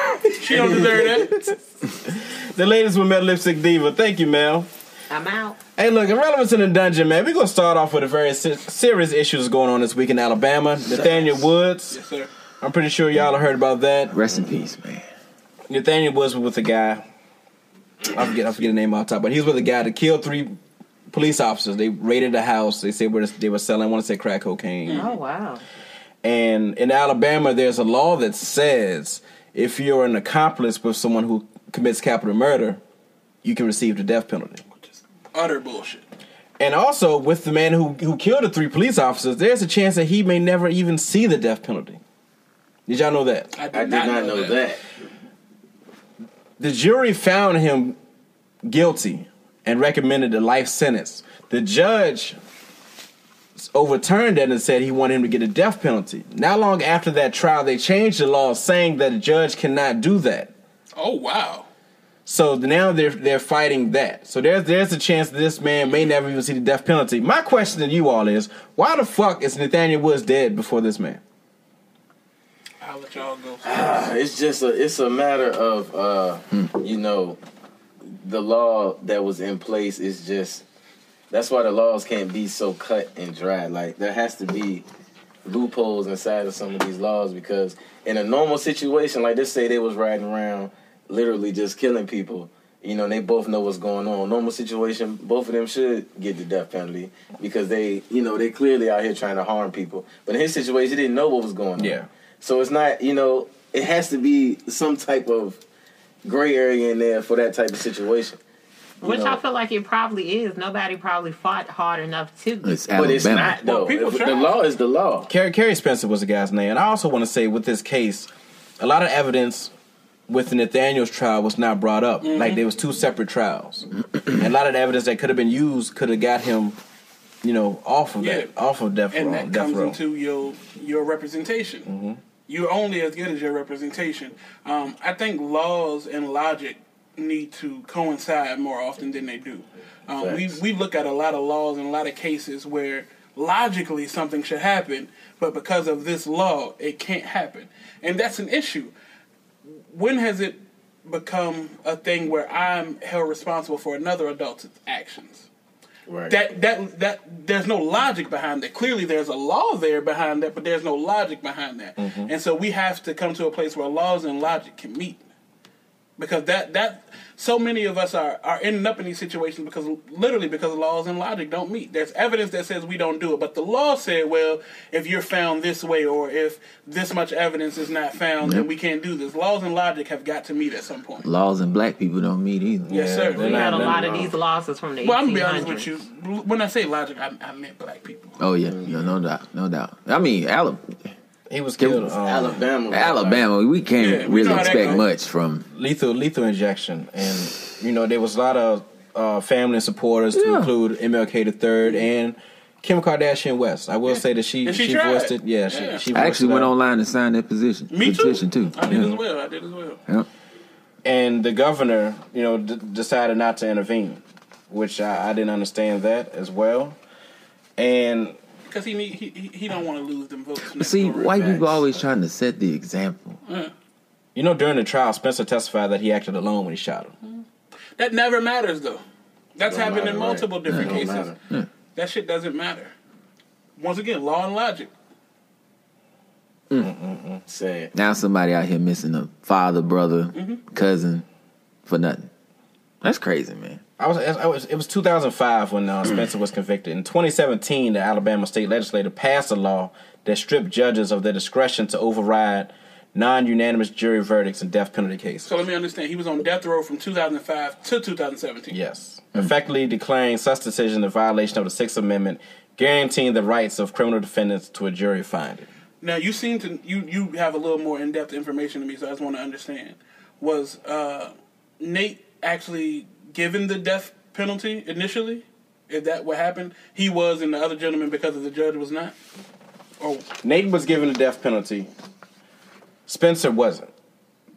She don't deserve that. The ladies with Metal Lipstick Diva. Thank you, Mel. I'm out. Hey, look, Irrelevance in the Dungeon, man. We're going to start off with a very se- serious issues going on this week in Alabama. Nathaniel Woods. Yes, sir. I'm pretty sure y'all have heard about that. Rest in peace, man. Nathaniel Woods was with a guy. I forget, I forget the name off the top, but he was with a guy that killed three police officers. They raided the house. They said where they were selling, I want to say crack cocaine. Oh wow. And in Alabama, there's a law that says if you're an accomplice with someone who commits capital murder, you can receive the death penalty. Utter bullshit. And also, with the man who, who killed the three police officers, there's a chance that he may never even see the death penalty. Did y'all know that? I did, I did not know that. The jury found him guilty and recommended a life sentence. The judge overturned that and said he wanted him to get a death penalty. Not long after that trial, they changed the law saying that a judge cannot do that. Oh wow. So now they're they're fighting that. So there's there's a chance that this man may never even see the death penalty. My question to you all is, why the fuck is Nathaniel Woods dead before this man? I'll let y'all go. It's just a it's a matter of uh, you know the law that was in place is just that's why the laws can't be so cut and dry. Like there has to be loopholes inside of some of these laws because in a normal situation, like let's say they was riding around literally just killing people, you know, and they both know what's going on. Normal situation, both of them should get the death penalty because they, you know, they clearly out here trying to harm people. But in his situation, he didn't know what was going on. Yeah. So it's not, you know, it has to be some type of gray area in there for that type of situation. you Which know. I feel like it probably is. Nobody probably fought hard enough to get It's But it's Alabama. not though. Well, people If- the try. law is the law. Kerry Kerry Spencer was the guy's name. And I also want to say with this case, a lot of evidence with Nathaniel's trial was not brought up. Mm-hmm. Like there was two separate trials. and a lot of the evidence that could have been used could have got him, you know, off of that, Yeah. off of death and row. that death comes row. Mm-hmm. into your your representation. You're only as good as your representation. Um, I think laws and logic need to coincide more often than they do. Um, we Facts. we look at a lot of laws and a lot of cases where logically something should happen, but because of this law, it can't happen, and that's an issue. When has it become a thing where I'm held responsible for another adult's actions? Right. that that that there's no logic behind that. Clearly, there's a law there behind that, but there's no logic behind that. And so we have to come to a place where laws and logic can meet, because that that so many of us are are ending up in these situations because literally because laws and logic don't meet. There's evidence that says we don't do it, but the law said, well, if you're found this way or if this much evidence is not found, then we can't do this. Laws and logic have got to meet at some point. Laws and black people don't meet either. Yes, sir. they're We not- had a they're lot of these losses from the Well, I'm 1800s. gonna be honest with you. When I say logic, I, I meant black people. Oh yeah, no, no doubt, no doubt. I mean, Alabama, He was killed. Um, Alabama. Alabama we can't Yeah, we really know how that expect go. much from. lethal lethal injection, and you know there was a lot of uh, family and supporters to Yeah. include MLK the Third and Kim Kardashian West. I will say that she And she, she tried. voiced it. Yeah, Yeah. she, she voiced I actually it went out. online and signed that position. Me too. petition too. I did Yeah. as well. I did as well. Yeah. and the governor, you know, d- decided not to intervene, which I, I didn't understand that as well. And Because he need he he, he don't want to lose them votes. But next see, go around. white Facts. people always trying to set the example. you know, during the trial, Spencer testified that he acted alone when he shot him. that never matters though. That's Don't happened matter, in right. multiple different Don't cases. matter. That shit doesn't matter. Once again, law and logic. Sad. Now somebody out here missing a father, brother, Mm-hmm. cousin for nothing. That's crazy, man. I was, I was, it was 2005 when uh, Spencer was convicted. In 2017, the Alabama state legislature passed a law that stripped judges of their discretion to override non-unanimous jury verdicts in death penalty cases. So let me understand. He was on death row from 2005 to 2017. Yes. Effectively declaring such decision a violation of the Sixth Amendment, guaranteeing the rights of criminal defendants to a jury finding. Now you seem to you you have a little more in depth information to me, so I just want to understand. Was uh, Nate actually given the death penalty initially? Is that what happened? He was, and the other gentleman because of the judge was not. Or Nate was given the death penalty. Spencer wasn't.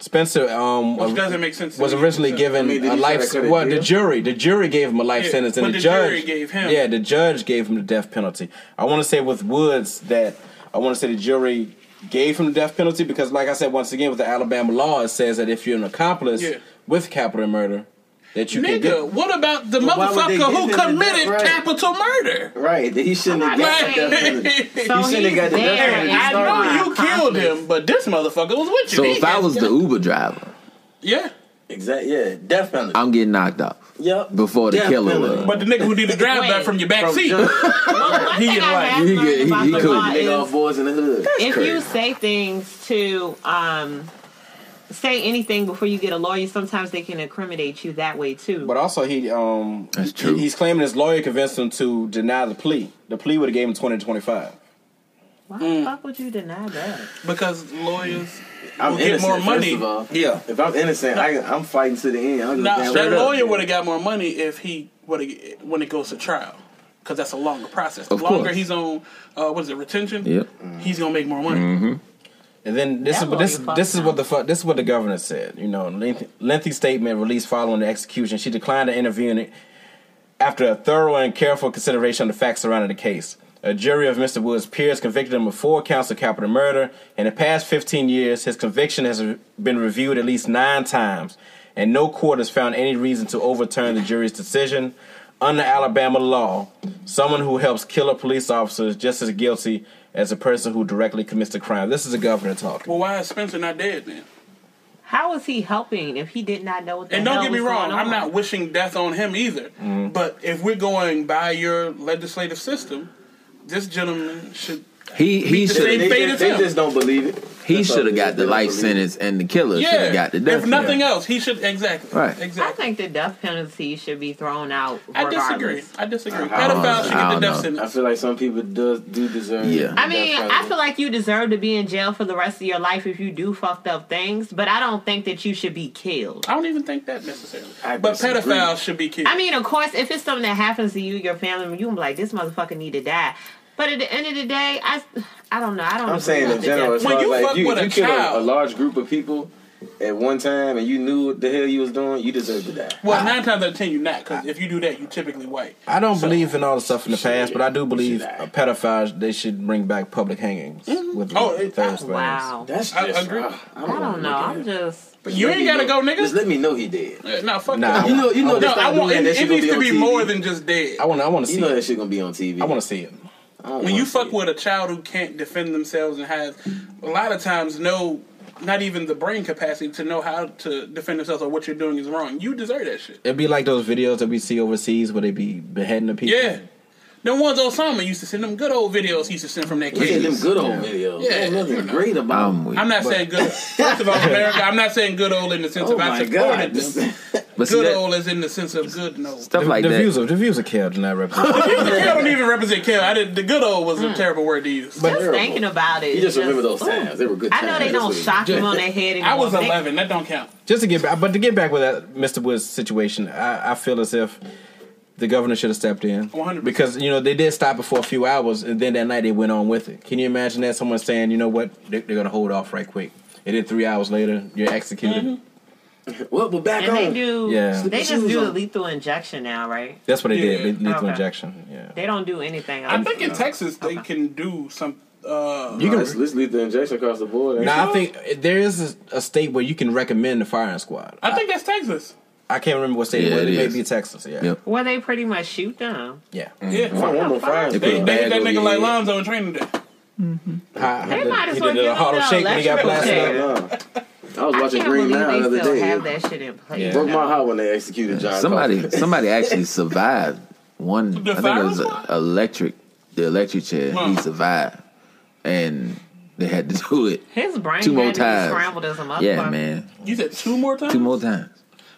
Spencer um, Which doesn't make sense to was me. originally I given mean, did a he life. try to cut it Well, the deal? jury, the jury gave him a life Yeah, sentence, and but the, the judge jury gave him- Yeah, the judge gave him the death penalty. I want to say with Woods that I want to say the jury gave him the death penalty because, like I said once again, with the Alabama law, it says that if you're an accomplice Yeah. with capital murder, that you can nigga, get. what about the But why would motherfucker they give who him the committed death- right. capital murder? Right. He shouldn't have got the death penalty. Like, So You should've he's got the death there. penalty I to start know with. You killed him, but this motherfucker was with you. So He if I had- was the Uber driver, yeah, Exactly. Yeah. Death penalty. I'm getting knocked off yep. before the Death killer penalty. was. but the nigga who did the drive back Wait. from your back From seat, judge, One thing get I right. have He learned get- he- about he the couldn't. law nigga, all is boys in the hood. if crazy. you say things to um say anything before you get a lawyer, sometimes they can incriminate you that way too. But also, he um, That's true. He, he's claiming his lawyer convinced him to deny the plea. The plea would have gave him twenty to twenty five. Why mm. the fuck would you deny that? because lawyers I'm will get more innocent, money. First of all. Yeah. If I'm innocent, I, I'm fighting to the end. I'm Now just that lawyer would have got more money if he would have when it goes to trial, because that's a longer process. The Of longer course. he's on, uh, what is it, retention? Yep. Mm-hmm. He's gonna make more money. And then this That is this lawyer fucked this is what the fu- this is what the governor said. You know, lengthy, lengthy statement released following the execution. She declined to interview in it after a thorough and careful consideration of the facts surrounding the case. A jury of Mr. Woods' peers convicted him of four counts of capital murder. In the past 15 years, his conviction has been reviewed at least nine times, and no court has found any reason to overturn the jury's decision. Under Alabama law, someone who helps kill a police officer is just as guilty as a person who directly commits the crime. This is the governor talking. Well, why is Spencer not dead then? How is he helping if he did not know what the And don't hell get me was wrong, going I'm on? not wishing death on him either. But if we're going by your legislative system, this gentleman should. He he Meet the should same- They, faded just, they him. just don't believe it. he That's all should it have got is. the They don't life believe it. sentence, and the killer should Yeah. have got the death. if nothing penalty. else, he should exactly. Right. I Exactly. think the death penalty should be thrown out. I, Regardless. disagree. I disagree. don't Pedophiles know. should I get the death don't know. I sentence. feel like some people do, do deserve. Yeah. I mean, I feel like you deserve to be in jail for the rest of your life if you do fucked up things, but I don't think that you should be killed. I don't even think that necessarily. I but disagree. pedophiles should be killed. I mean, of course, if it's something that happens to you, your family, you can be like, this motherfucker need to die. But at the end of the day, I, I don't know. I don't. I'm agree saying with in the general, as death- When far as you like fuck you, with if a you kill a, a child- large group of people at one time and you knew what the hell you was doing, you deserve to die. well, nine times out of ten, you're not because if you do that, you're typically white. I don't believe in all the stuff in the Shit. past, but I do believe Shit. uh, pedophiles they should bring back public hangings Mm-hmm. with Oh, with it- those I- things. Wow. That's I just. agree. I wanna don't know. look at I'm it. just. Just You let ain't me gotta know. go, nigga. Just let me know he did. Yeah, Nah, fuck Nah, that. You know, you know, No, they stop I want doing it, that shit it gonna needs to on be TV. more than just dead. I want I want to You see know that it. shit gonna be on TV. I want to see it. I don't when wanna you see fuck it. with a child who can't defend themselves and has a lot of times no not even the brain capacity to know how to defend themselves or what you're doing is wrong you deserve that shit It'd be like those videos that we see overseas where they be beheading the people. yeah Them ones Osama used to send them good old videos he used to send from that Look at cage. them good old videos. Yeah. There's nothing great about I'm them. with I'm not saying good. First of all, America. I'm not saying good old in the sense Oh of I my supported god. them. but see Good that- old is in the sense of good. No, stuff like the that. views of the views of Kel do not represent. Kel don't even represent Kel. I did. The good old was a terrible word to use. But Just thinking about it. You just remember just- those times. They were good I times. know they don't That's shock what it him is. on their head anymore. I was They- 11. That don't count. just to get back, but to get back with that Mr. Woods situation, I, I feel as if the governor should have stepped in 100%. because you know they did stop it for a few hours, and then that night they went on with it. Can you imagine that someone saying, you know what, they, they're gonna hold off right quick, and then three hours later you're executed? Mm-hmm. Well, but back And they on. do. Yeah. They just do a lethal injection now, right? That's what they Yeah. did. Lethal Okay. injection. Yeah. They don't do anything. I else. think in Texas they can do some. Uh, You can let's, let's leave the injection across the board. Now I think there is a, a state where you can recommend the firing squad. I think that's Texas. I can't remember what state Yeah, it was. it It, may is. be Texas. Yeah. Yep. Well, they pretty much shoot them. Yeah. Yeah, one more fire. They they, put a they hit bag that over nigga your like head. Lonzo in training day. How- how They did- might as he well did give a them Harlem the shake when he got electrical blasted. chair. out. I was watching I can't Green believe Mile the they other still day. have that shit in place. Yeah. Broke my heart when they executed John. somebody Coffey. somebody actually survived one The I think it was fireman? a, electric the electric chair he Huh. survived and they had to do it His brain Two more had to be times. scrambled as a motherfucker. yeah man You said two more times. two more times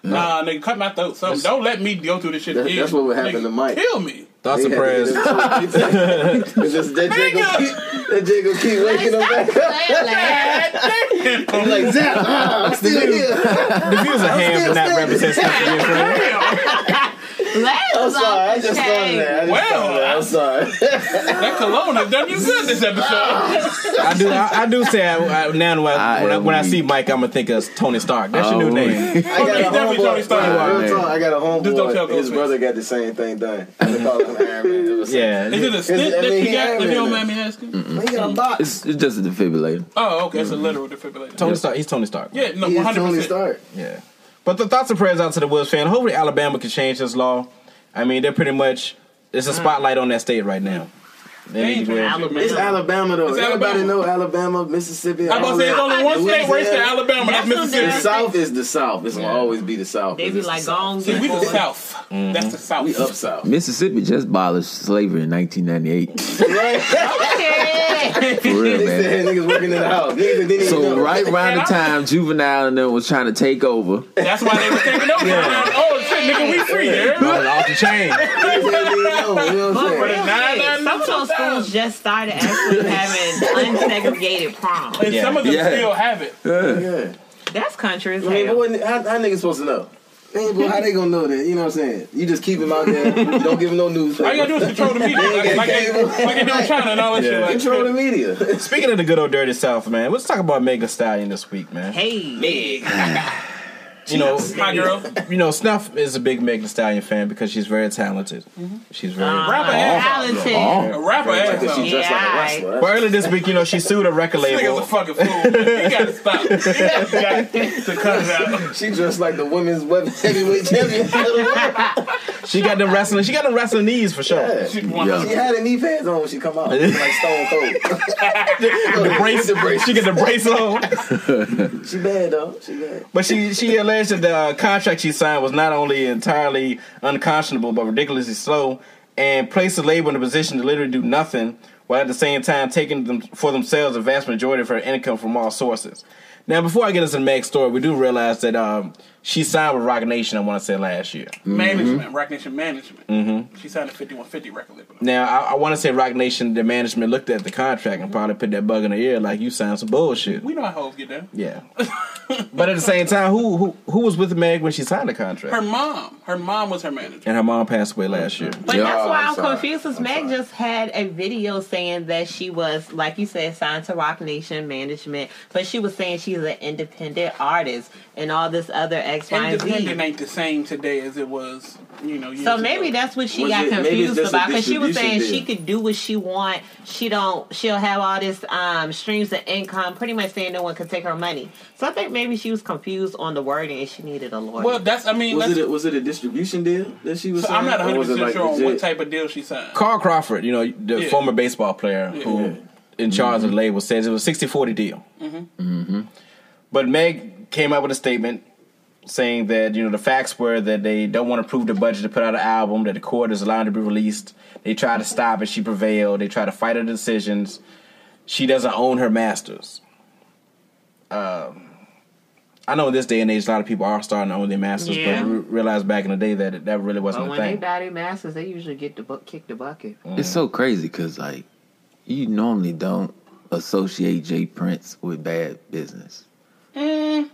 Nah, nigga, cut my throat. So don't let me go through this shit That- again. that's what would happen Nigga, to Mike. Kill me. Thoughts and prayers. It's just that jig gonna keep- that jig gonna keep waking up back up. I'm like, Like zap, ah, I'm still here. The views of ham do not represent Stephanie and Fred. I'm sorry, I just started that. I just Well, started that. I- I'm sorry. that cologne has done you good this episode. I do. I, I do say I, I, now when I, I when, I, am when I see weak. Mike, I'm gonna think of Tony Stark. That's your new Oh. name. I He's got a definitely Tony homeboy. Stark. Nah, Man. Real talk, I got a Just don't tell homeboy. His Ghostface. brother got the same thing done. They called him Iron Man. It was- Yeah. Is it a stick I that mean, she got? If Iron you don't Man. mind me asking. He got a box. it's, it's just a defibrillator Oh, okay, it's a literal defibrillator. Tony Stark. He's Tony Stark. yeah, no, He is Tony 100. percent Stark. Yeah. But the thoughts and prayers out to the Woods fan. Hopefully Alabama can change this law. I mean, they're pretty much it's a spotlight on that state right now. Mm. They need to go ahead. Alabama. It's Alabama though. It's Everybody Alabama. know Alabama, Mississippi. I'm about to say all there's that. only one state worse than Louisiana. Alabama. That's That's The some Mississippi. South is the South. It's gonna always be the South. They It's be the like, South. gone. See, we get the bored. South. That's the South. We up South. Mississippi just abolished slavery in 1998 Oh, Yeah. for real They man said niggas working in the house. Niggas didn't even So know. right around the time Juvenile and them was trying to take over, That's why they were taking over. Oh shit, nigga, we free here. Oh, off the chain. Niggas didn't even know. You know what But I'm real Nah, saying? nah, shit, nah, some of those nah. schools just started actually having unsegregated prom. And some of them Yeah. still have it. Yeah. That's country as I mean, but hell. what, how, how niggas supposed to know? They ain't, well, how they gonna know that? You know what I'm saying? You just keep them out there. You don't give them no news. All you gotta do is control the media, like, like, they, like they do in China and all that Yeah. shit. Like, Control the media. Speaking of the good old dirty South, man, let's talk about Megan Stallion this week, man. Hey, you know, Hi, girl. you know, Snuff is a big Megan Thee Stallion fan because she's very talented. She's very. Um, Rapper ass. talented. A rapper eh? ass. She off. dressed like a Well, wrestler. earlier this week, you know, she sued a record This nigga's a label. fucking fool. He gotta stop. He got to cut it out. She dressed like the women's web heavyweight champion. she She got the wrestling. She got the wrestling knees for sure. Yeah. She wants Yeah. us- had a knee pads on when she come out. Like Stone Cold. the Brace, She got the brace on. She bad though. She bad. But she she alleged that the uh, contract she signed was not only entirely unconscionable but ridiculously slow, and placed the label in a position to literally do nothing while at the same time taking them for themselves the vast majority of her income from all sources. Now, before I get into the next story, we do realize that um, she signed with Rock Nation. I want to say last year. Management, Rock Nation management. Mm-hmm. She signed a 5150 record label. Now, I, I want to say Rock Nation, the management looked at the contract and probably put that bug in the ear, like you signed some bullshit. We know how hoes get down. Yeah. but at the same time, who who who was with Meg when she signed the contract? Her mom. Her mom was her manager. and her mom passed away last year. But Yeah. that's Oh, why I'm I'm, sorry. confused. Is Meg just had a video saying that she was, like you said, signed to Rock Nation management, but she was saying she's an independent artist and all this other X, Y, and Independent Z. ain't the same today as it was, you know. years So maybe ago. that's what she Was got it- maybe it's confused just a about because she was saying distribution she deal. could do what she want. She don't. She'll have all this um, streams of income, pretty much saying no one could take her money. So I think maybe she was confused on the wording and she needed a lawyer. Well, that's. I mean, Was let's, it a, was it a distribution deal that she was? so I'm signing, not 100 or was it, percent like, sure on legit? what type of deal she signed. Carl Crawford, you know, the Yeah. former baseball player who in charge of the label says it was a 60-40 deal. Mm-hmm. But Meg came out with a statement saying that you know the facts were that they don't want to approve the budget to put out an album that the court is allowing to be released. They tried to stop it, she prevailed. They tried to fight her decisions. She doesn't own her masters. Um, I know in this day and age, a lot of people are starting to own their masters, Yeah. Oh, but re- realize back in the day that it- that really wasn't But a when they thing. buy their masters, they usually get the buck kick the bucket. It's so crazy because like you normally don't associate Jay Prince with bad business.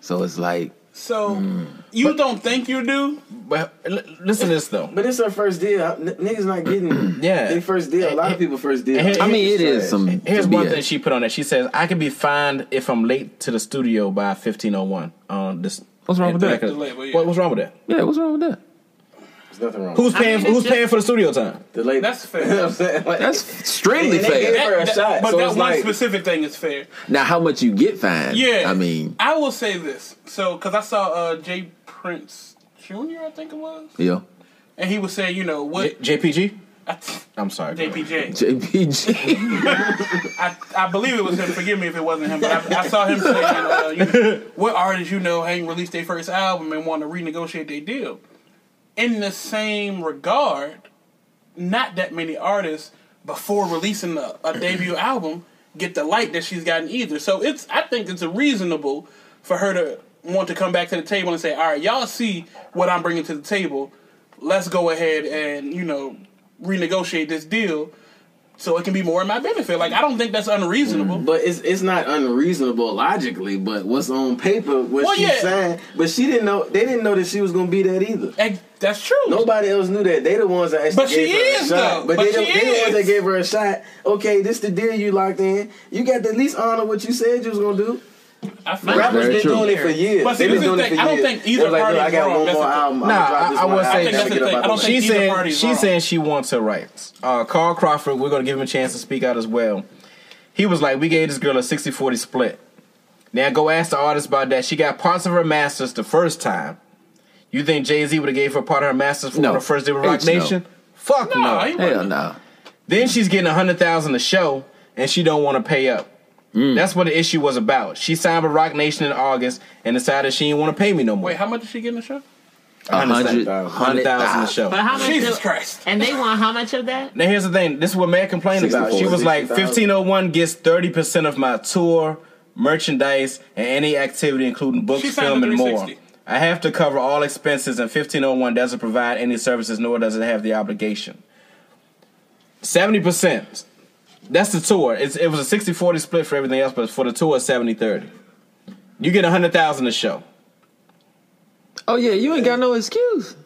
So it's like So Mm. you don't think you do? But l- listen to this though. But it's our first deal. N- niggas not getting Yeah. their first deal. A lot of people first deal. and- I mean it Trash. is some. Here's some one BS. thing she put on it. She says, "I can be fined if I'm late to the studio by 15:01." On this, What's wrong with What- that? Delay, well, yeah. what's wrong with that? Yeah, what's wrong with that? There's nothing wrong. Who's I mean, paying? it's who's just- paying for the studio time? the lady? That's fair. You know what I'm saying? Like, That's extremely and they fair. gave her a shot. But so that it's one like, specific thing is fair. Now, how much you get fined? Yeah. I mean, I will say this. So, because I saw uh, Jay Prince Jr., I think it was, yo, and he was saying, you know, what. J- JPG? I th- I'm sorry. JPJ. JPG. I, I believe it was him. Forgive me if it wasn't him, but I, I saw him saying, uh, you know, "What artists you know ain't released their first album and want to renegotiate their deal?" In the same regard, not that many artists before releasing a, a debut album get the light that she's gotten either. So it's I think it's reasonable for her to want to come back to the table and say, "All right, y'all see what I'm bringing to the table. Let's go ahead and you know renegotiate this deal." So it can be more in my benefit. Like I don't think that's unreasonable. But it's it's not unreasonable logically. But what's on paper? What Well, she yeah. signed? But she didn't know. They didn't know that she was gonna be that either. And that's true. Nobody else knew that. They the ones that actually But gave she her is, a shot. though. But, But they, the- she they the ones is. that gave her a shot. Okay, this the deal you locked in. You got to at least honor what you said you was gonna do. I feel That's Rappers very been true. doing it for years. But see, this They've is been doing the it thing. for I don't years. think either They're like, party look, I is got wrong. one That's more the thing. album. Nah, I'ma drop this I- I one will album. say Never this. forget about I don't the think She either said. party's She wrong. said she wants her rights. Uh, Carl Crawford. We're gonna give him a chance to speak out as well. He was like, we gave this girl a 60-40 split. Now go ask the artist about that. She got parts of her masters the first time. You think Jay Z would have gave her part of her masters for No. the first day with Rock H no. Nation? Fuck no. No, he Hell wouldn't. no. Then she's getting a hundred thousand a show, and she don't want to pay up. Mm. That's what the issue was about. She signed with Rock Nation in August and decided she didn't want to pay me no more. Wait, how much did she get in the show? A hundred, thousand. hundred thousand. a show. But how much? Jesus do- Christ. And they want how much of that? Now here's the thing. This is what Matt complained about. She 64, was like, 60,000. 1501 gets 30% of my tour, merchandise, and any activity including books, She signed film, the and more. 360. I have to cover all expenses, and 1501 doesn't provide any services nor does it have the obligation. 70%. That's the tour. It's, it was a 60 40 split for everything else, but for the tour, it's 70 30. You get 100000 a show. Oh yeah, you ain't got no excuse.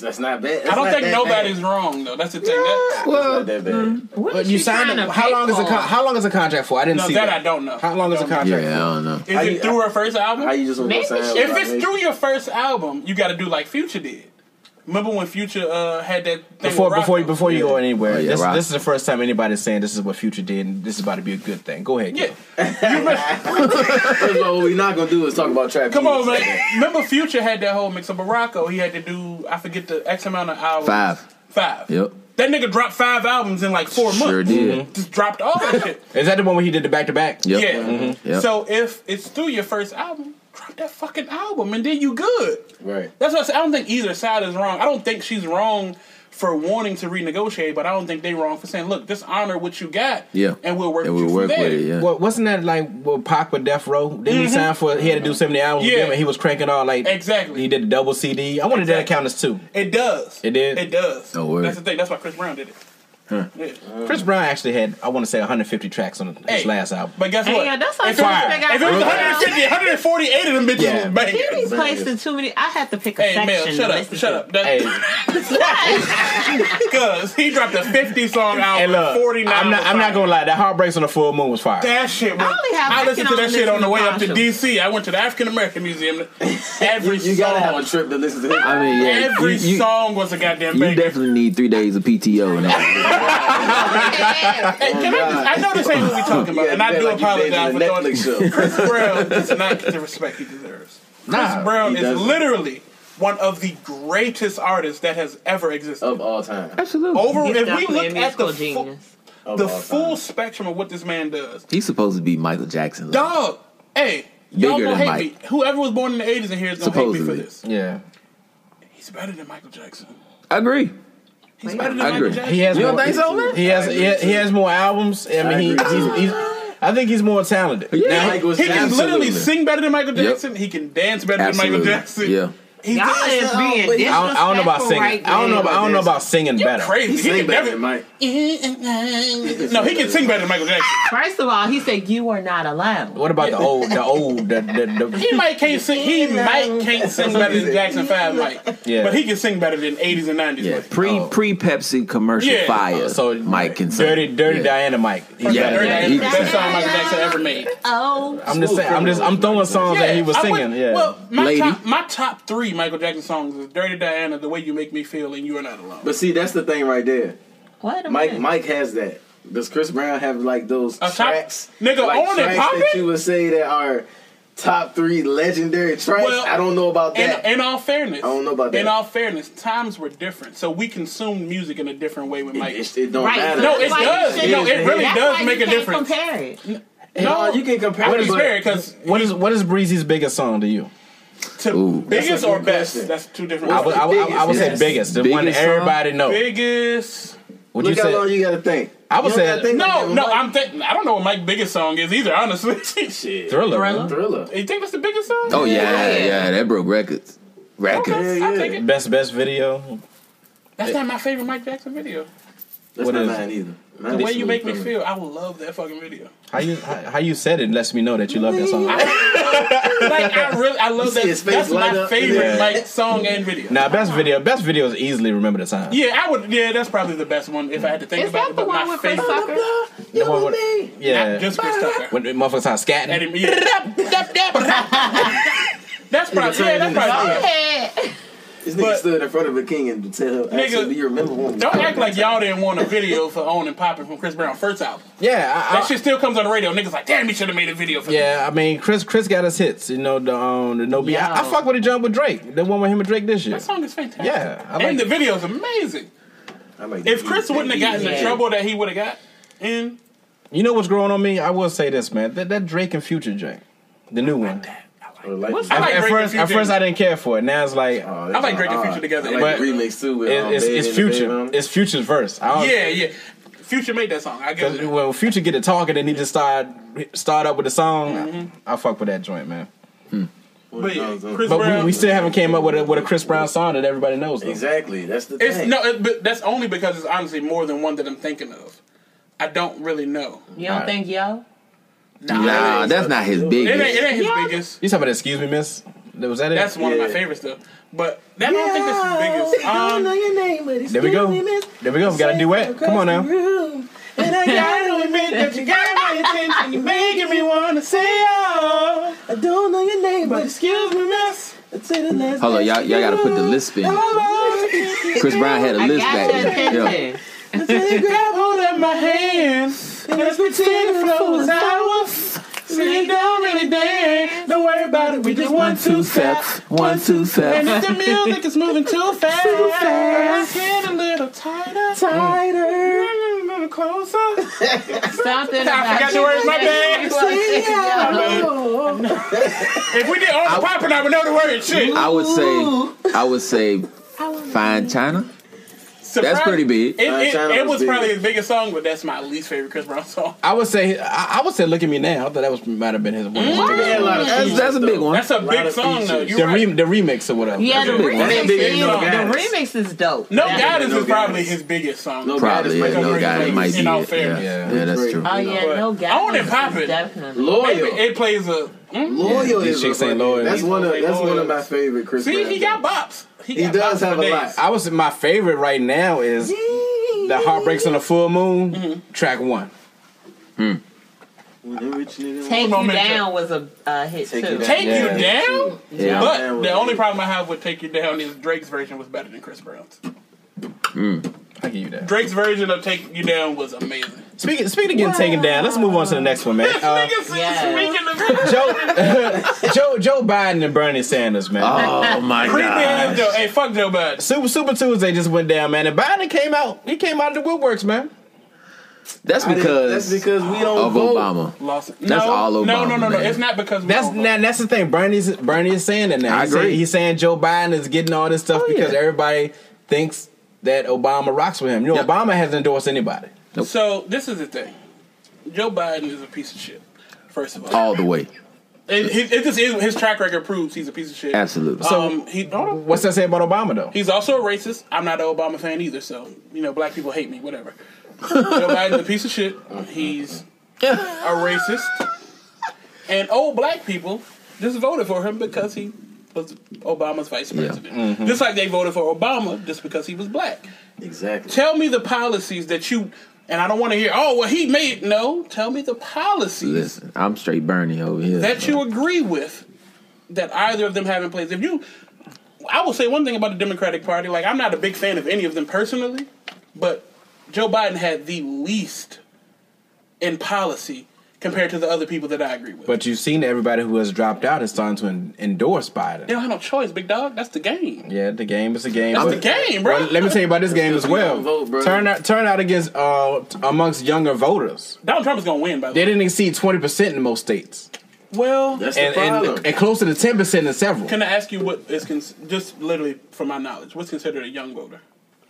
That's not bad. That's I don't not think that nobody's Mm-hmm. wrong though. That's the thing. That, Bad. Well, That's not that bad. What But is you she signed trying it. to How pay long is the for? con- how long is the contract for? I didn't no, see that I don't know. How long is the Don't know. contract? yeah, for? I don't know. Is it through her first album? How you just Maybe gonna sign she- with if Rock it's Nation? through your first album, you got to do like Future did. Remember when Future uh, had that thing before with Rock? before before you go anywhere, Oh, yeah, this, Rock. this is the first time anybody's saying this is what Future did, and this is about to be a good thing. Go ahead, Yeah, Gil. First of all, what we're not gonna do is talk about trap. come on, music. man. Remember Future had that whole mix of Baracko. He had to do I forget the X amount of hours. Five. Five. Yep. That nigga dropped five albums in like four Sure months. Mm-hmm. did. Just dropped all that shit. Is that the one where he did the back to back? Yep. Mm-hmm. Yeah. Yep. So if it's through your first album, drop that fucking album and then you good. Right. That's what I, say. I don't think either side is wrong. I don't think she's wrong for wanting to renegotiate, but I don't think they wrong for saying, "Look, just honor what you got, Yeah. and we'll work And with we you work from there." with it. Yeah. Well, wasn't that like well, Pac with Death Row? Didn't he sign for? He had to do seventy hours with Mm-hmm. Yeah. them, and he was cranking all like Exactly. He did the double CD. I wanted that to Exactly. count as two. It does. It did? It does. No word. That's the thing. That's why Chris Brown did it. Yeah. Chris Brown actually had I want to say 150 tracks on his Uh-huh. Hey, last album. But guess Hey, what? yeah, that's like if, it was- Fire. if it was 150, 148 of them bitches Yeah. was banging. He be placing too many. I have to pick a Hey, section. Mel, to shut up, listen shut to. up. That, hey, Cause he dropped a 50 song album. hey, look, 49 I'm not was I'm not fire. gonna lie. That heartbreaks on the full moon was fire. That shit. Was, I only have I listened to African that shit on the way up to American DC. I went to the African American Museum. You, Every you gotta have song, a trip to listen to him. I mean, yeah, every you, you, song was a goddamn you banger. definitely need three days of PTO and that. Hey, can I, just, I know this ain't what we talking about, and I do apologize for throwing Netflix show. Chris Brown does not get the respect he deserves. Chris Brown he is doesn't. literally one of the greatest artists that has ever existed. of all time. Absolutely. Over He's if we definitely a look at musical the full, genius. Of the all full time. spectrum of what this man does, He's supposed to be Michael Jackson. level. dog. Hey, Y'all Bigger gonna than hate Mike. me. Whoever was born in the eighties in here is gonna hate Supposedly. me for this. Yeah. He's better than Michael Jackson. I agree. He's better than I Michael agree. Jackson. He has You don't more, think so, man? He has he, has- he has more albums. I mean, he, he's, he's I think he's more talented. Yeah. Now, He can literally sing better than Michael Yep. Jackson. He can dance better than Absolutely. Michael Jackson. Yeah. He Y'all does is his own- being I don't, I don't know about disrespectful singing. right I don't know. now. About, I don't know about singing better. crazy. He Sing can better than never, Mike. no, he can sing better than Michael Jackson. First of all, he said you are not allowed. What about the old? The old? The, the, the, He might can't sing. He might can't sing better than Jackson Five Mike. Yeah. but he can sing better than eighties and nineties. Yeah, Mike. pre pre Pepsi commercial Yeah. fire. so Mike can sing. dirty, dirty Yeah. Diana Mike. He's Yeah. better Dirty than- Diana he is can the best song Michael Jackson ever made. Oh, I'm just saying. I'm just. I'm throwing songs that he was I would- singing. Yeah. Well, my Lady. top, my top three Michael Jackson songs is "Dirty Diana," "The Way You Make Me Feel," and "You Are Not Alone." But see, that's the thing right there. what? a Mike minute. Mike has that. Does Chris Brown have like those A top- tracks? Nigga, like, on it, tracks pop that it? you would say that are top three legendary tracks. Well, I don't know about In, that. in all fairness, I don't know about that. In all fairness, times were different, so we consumed music in a different way with Mike. it, it, it don't Right. matter. no, it Why you does. shouldn't- No, it really That's does why make you a can't difference. Compare it. no, uh, you can compare. I it, but- compare it because what is what is Breezy's biggest song to you? to biggest That's a or good best, question. that's two different. I would, I would, I would say Biggest, yes. biggest, the one that Biggest song? everybody knows. biggest. Would you Look how long say? you got to think. I would You don't gotta say think like No, that, no, Mike. I'm thinking. I don't know what Mike's biggest song is either. Honestly, shit. Thriller. Thriller? Thriller. You think that's the biggest song? Oh yeah, yeah, Yeah. that broke records. Records. Okay, Yeah, I'll yeah. take it. Best best video. That's not my favorite Mike Jackson video. That's What not is it? mine either. The way you make me feel, I love that fucking video. How you how, how you said it lets me know that you love that song. Like I really, I love see that. his face That's light my up? favorite Yeah. Mike song and video. Now best video, best video is easily remember the time. Yeah, I would. Yeah, that's probably the best one if I had to think Is about that it. the But one my with Chris favorite, Tucker? The one with- yeah. not just Chris Tucker. when the motherfuckers are That scatting. him- yeah. That's probably yeah. That's probably. it. Hey, This nigga But- stood in front of a king and tell her, Nigga, "Do you remember when?" Don't act like y'all didn't want a video for "On and Poppin'" from Chris Brown first album. Yeah, I, That I, shit still comes on the radio. Niggas like, damn, he should have made a video for yeah. I mean, Chris Chris got us hits. You know the um the no B. I, I Yo. fuck with the jump with Drake. The one with him and Drake this year. That song is fantastic. Yeah, I like and the it. video's amazing. I like If that. Chris wouldn't have gotten the Yeah. trouble that he would have got in, You know what's growing on me? I will say this, man. That that Drake and Future Drake, the new one. Or like- What's- I I At, like at Drake and first, at Future. first I didn't care for it. Now it's like it- Oh, that's I like not Drake and odd. Future together. I like But- the remix too. With, um, it's, Bad it's in the Future. Bedroom. It's Future's verse. I don't- yeah, yeah. Future made that song. I guess. 'cause When Future get to talking and he just start start up with the song, Mm-hmm. I, I fuck with that joint, man. But yeah, Chris But Brown. we, we still haven't came up with a, with a Chris Brown song that everybody knows. Though. Exactly. That's the thing. it's no, it, but that's only because it's honestly more than one that I'm thinking of. I don't really know. you don't think yo? Nah, that's not his It ain't, it biggest. ain't his Yeah. biggest. You talking about Excuse Me, Miss? Was that it? That's one of Yeah. my favorites though. But that, I don't think that's his biggest. Um, there we go. There we go. We got a duet. Come on now. And I gotta admit that you got my attention. You're making me wanna say, oh, I don't know your name, but excuse me, miss. Hold on, y'all y'all gotta put the lisp in. Chris Brown had a I lisp got back your then. Yeah. attention. Grab hold of my hand. And let's pretend it flows out. See, it don't really dance. Don't worry about it. We just one, two steps. One, two, And seven. if the music is moving too fast, too fast. get a little tighter. Tighter. A little closer. Something I about forgot you the words, my that bad. If we did all the popping, I would know the word. Shit. I would say I would say Fine China. That's pretty big. It, Uh, it, China it was was big. probably his biggest song, but that's my least favorite Chris Brown song. I would say I, I would say Look at Me Now. I thought that was might have been his one. of his Mm-hmm. biggest Yeah, a songs. lot of That's, features, that's a big though. one. That's a big of song, though. features. You The, right. re, the remix or whatever. Yeah, the That's a big remix, one. That ain't big is, enough, guys. the remix is dope. no That- guidance No is probably Guidance. his biggest song. No Probably, yeah, Guidance, no Michael guy. It Drake. might In be. all it. Yeah, fairness. yeah, Yeah. that's true. Oh yeah, no But guidance. I wanna pop is it. Definitely. It, Loyal. it plays a. Mm, Loyal These is chicks a ain't fucking- loyal. That's one of These that's loyal. one of my favorite Chris. see, Brown he got songs. bops. He, He got does bops have for a days. lot. I was my favorite right now is the Heartbreaks on the Full Moon Mm-hmm. track one. When a rich nigga- Take you Momentum. down was a uh, hit Take You too. Down. Take Yeah. you down. Yeah. But the only problem I have with "Take You Down" is Drake's version was better than Chris Brown's. I give you that. Drake's version of "Take You Down" was amazing. Speaking speaking of getting taken down, let's move on to the next one, man. Uh, Niggas is yeah. speaking of it. Joe, Joe Joe Biden and Bernie Sanders, man. Oh my Creepy ass god. Joe. Hey, fuck Joe Biden. Super Super Tuesday just went down, man. And Biden came out. He came out of the woodworks, man. That's I didn't- because that's because we don't of vote. Obama. Lost it. That's no, all No, Obama, no, no, no. man. It's not because we That's don't now, that's the thing. Bernie's Bernie is saying that now. Oh. I he's saying- agree. he's saying Joe Biden is getting all this stuff Oh, because yeah. everybody thinks that Obama rocks with him. You know, Yep. Obama hasn't endorsed anybody. vote. So this is the thing. Joe Biden is a piece of shit. First of all, all the way. it, it, it just is. His track record proves he's a piece of shit. Absolutely. So- Um, he, What's that say about Obama though? he's also a racist. I'm not an Obama fan either, so you know, black people hate me. Whatever. Joe Biden's a piece of shit. He's a racist. And old black people just voted for him because he was Obama's vice president. Just like they voted for Obama just because he was black. Exactly. Tell me the policies that you and I don't want to hear. Oh well, he made no. Tell me the policies Listen, I'm straight Bernie over here. that you agree with that either of them have in place. If you, I will say one thing about the Democratic Party. Like I'm not a big fan of any of them personally, but Joe Biden had the least in policy compared to the other people that I agree with. But you've seen everybody who has dropped out is starting to en- endorse Biden. they don't have no choice, big dog. That's the game. Yeah, the game is a game. That's but- the game, bro. Well, let me tell you about this game as we well. don't vote, bro. turnout, turnout against uh, t- amongst younger voters. Donald Trump is gonna win. By the They way, didn't exceed twenty percent in most states, well, That's and the problem. and, and closer to ten percent in several can I ask you what is cons- just literally from my knowledge? What's considered a young voter?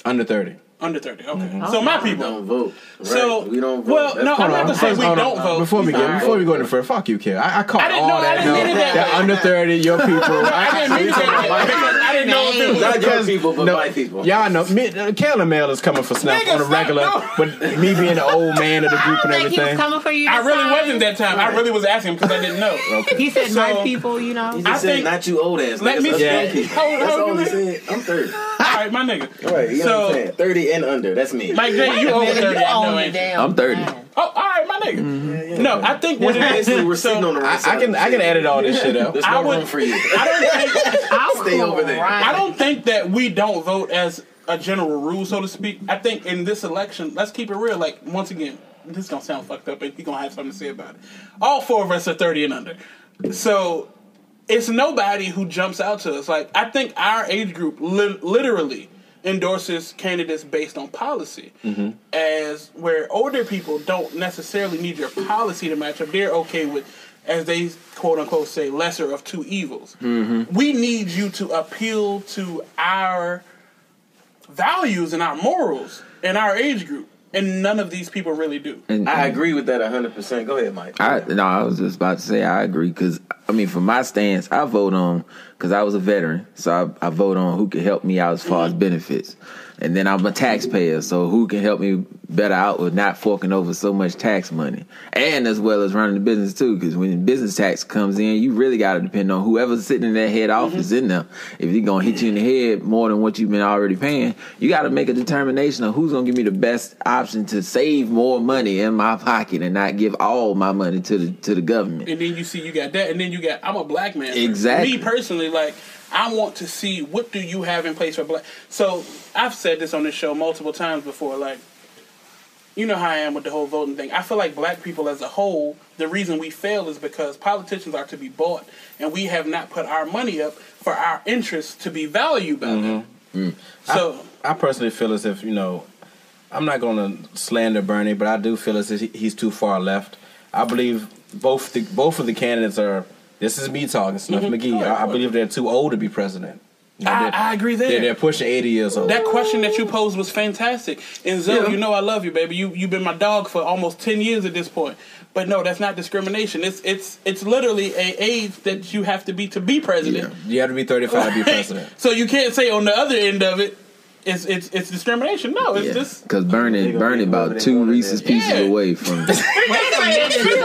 under thirty. Under thirty. Okay. So my we people. don't vote. Right. So we don't vote. Well, That's no, I'm the not gonna problem. say we Hold on, don't hold on. vote. Before we All get right. before we go into first, fuck you, Kim. I, I caught I didn't all know- I that. didn't mean it that way. under thirty, your people. I, I didn't mean it that way, because I didn't know if it was Not young Because- people, but no, white people. Y'all know, me, uh, Kayla Mel is coming for snuff Nigga, on a stop, regular, no. but me being the old man of the I group don't and think he was everything. coming for you. I this really time. wasn't that time. I really was asking because I didn't know. He said So- my people, you know. I I said think- not you old ass. Let niggas, me us say- young people. How old- That's how old all you he said. I'm 30. All right, my nigga. Right, you know what So- I'm saying? 30 and under. That's me. Mike J, you over Nigga, thirty? you I know. own the ain't you? damn I'm 30. time. Oh, all right, my nigga. No, I think what it is. Basically, Mm-hmm. we're sitting So on the right I, side I can of the I can table. edit all this shit out. There's no I would- room for you. I don't think I'll Stay over there. I don't think that we don't vote as a general rule, so to speak. I think in this election, let's keep it real. Like once again, this is gonna sound fucked up, and he's gonna have something to say about it. All four of us are thirty and under, so it's nobody who jumps out to us. Like I think our age group li- literally endorses candidates based on policy, as where older people don't necessarily need your policy to match up. They're okay with. As they quote unquote say, lesser of two evils we need you to appeal to our values and our morals and our age group. And none of these people really do. And- I agree with that 100%. Go ahead, Mike. I no, I was just about to say I agree because I mean, from my stance, I vote on because I was a veteran, so I, I vote on who can help me out as far as benefits, and then I'm a taxpayer, so who can help me better out with not forking over so much tax money, and as well as running the business too, because when business tax comes in, you really got to depend on whoever's sitting in that head office in there. If they're gonna hit you in the head more than what you've been already paying, you got to make a determination of who's gonna give me the best option to save more money in my pocket and not give all my money to the to the government. And then you see you got that, and then you got I'm a black man. Exactly. Me personally, like I want to see what do you have in place for black. So I've said this on this show multiple times before. Like you know how I am with the whole voting thing. I feel like black people as a whole, the reason we fail is because politicians are to be bought, and we have not put our money up for our interests to be valued by them. So I personally feel as if you know, I'm not going to slander Bernie, but I do feel as if he- he's too far left. I believe both the, both of the candidates are. This is me talking, Snuff Mm-hmm. McGee. I, I believe they're too old to be president. You know, I, they're- I agree there. They're, they're pushing 80 years old. That question that you posed was fantastic. And Zoe, Yeah. you know I love you, baby. You you've been my dog for almost ten years at this point. But no, that's not discrimination. It's it's it's literally a age that you have to be to be president. you have to be 35 to be president. so you can't say on the other end of it, it's it's it's discrimination. No, it's just Because Bernie, gonna Bernie be whoever about they two want in Reese's there. pieces Yeah. away from that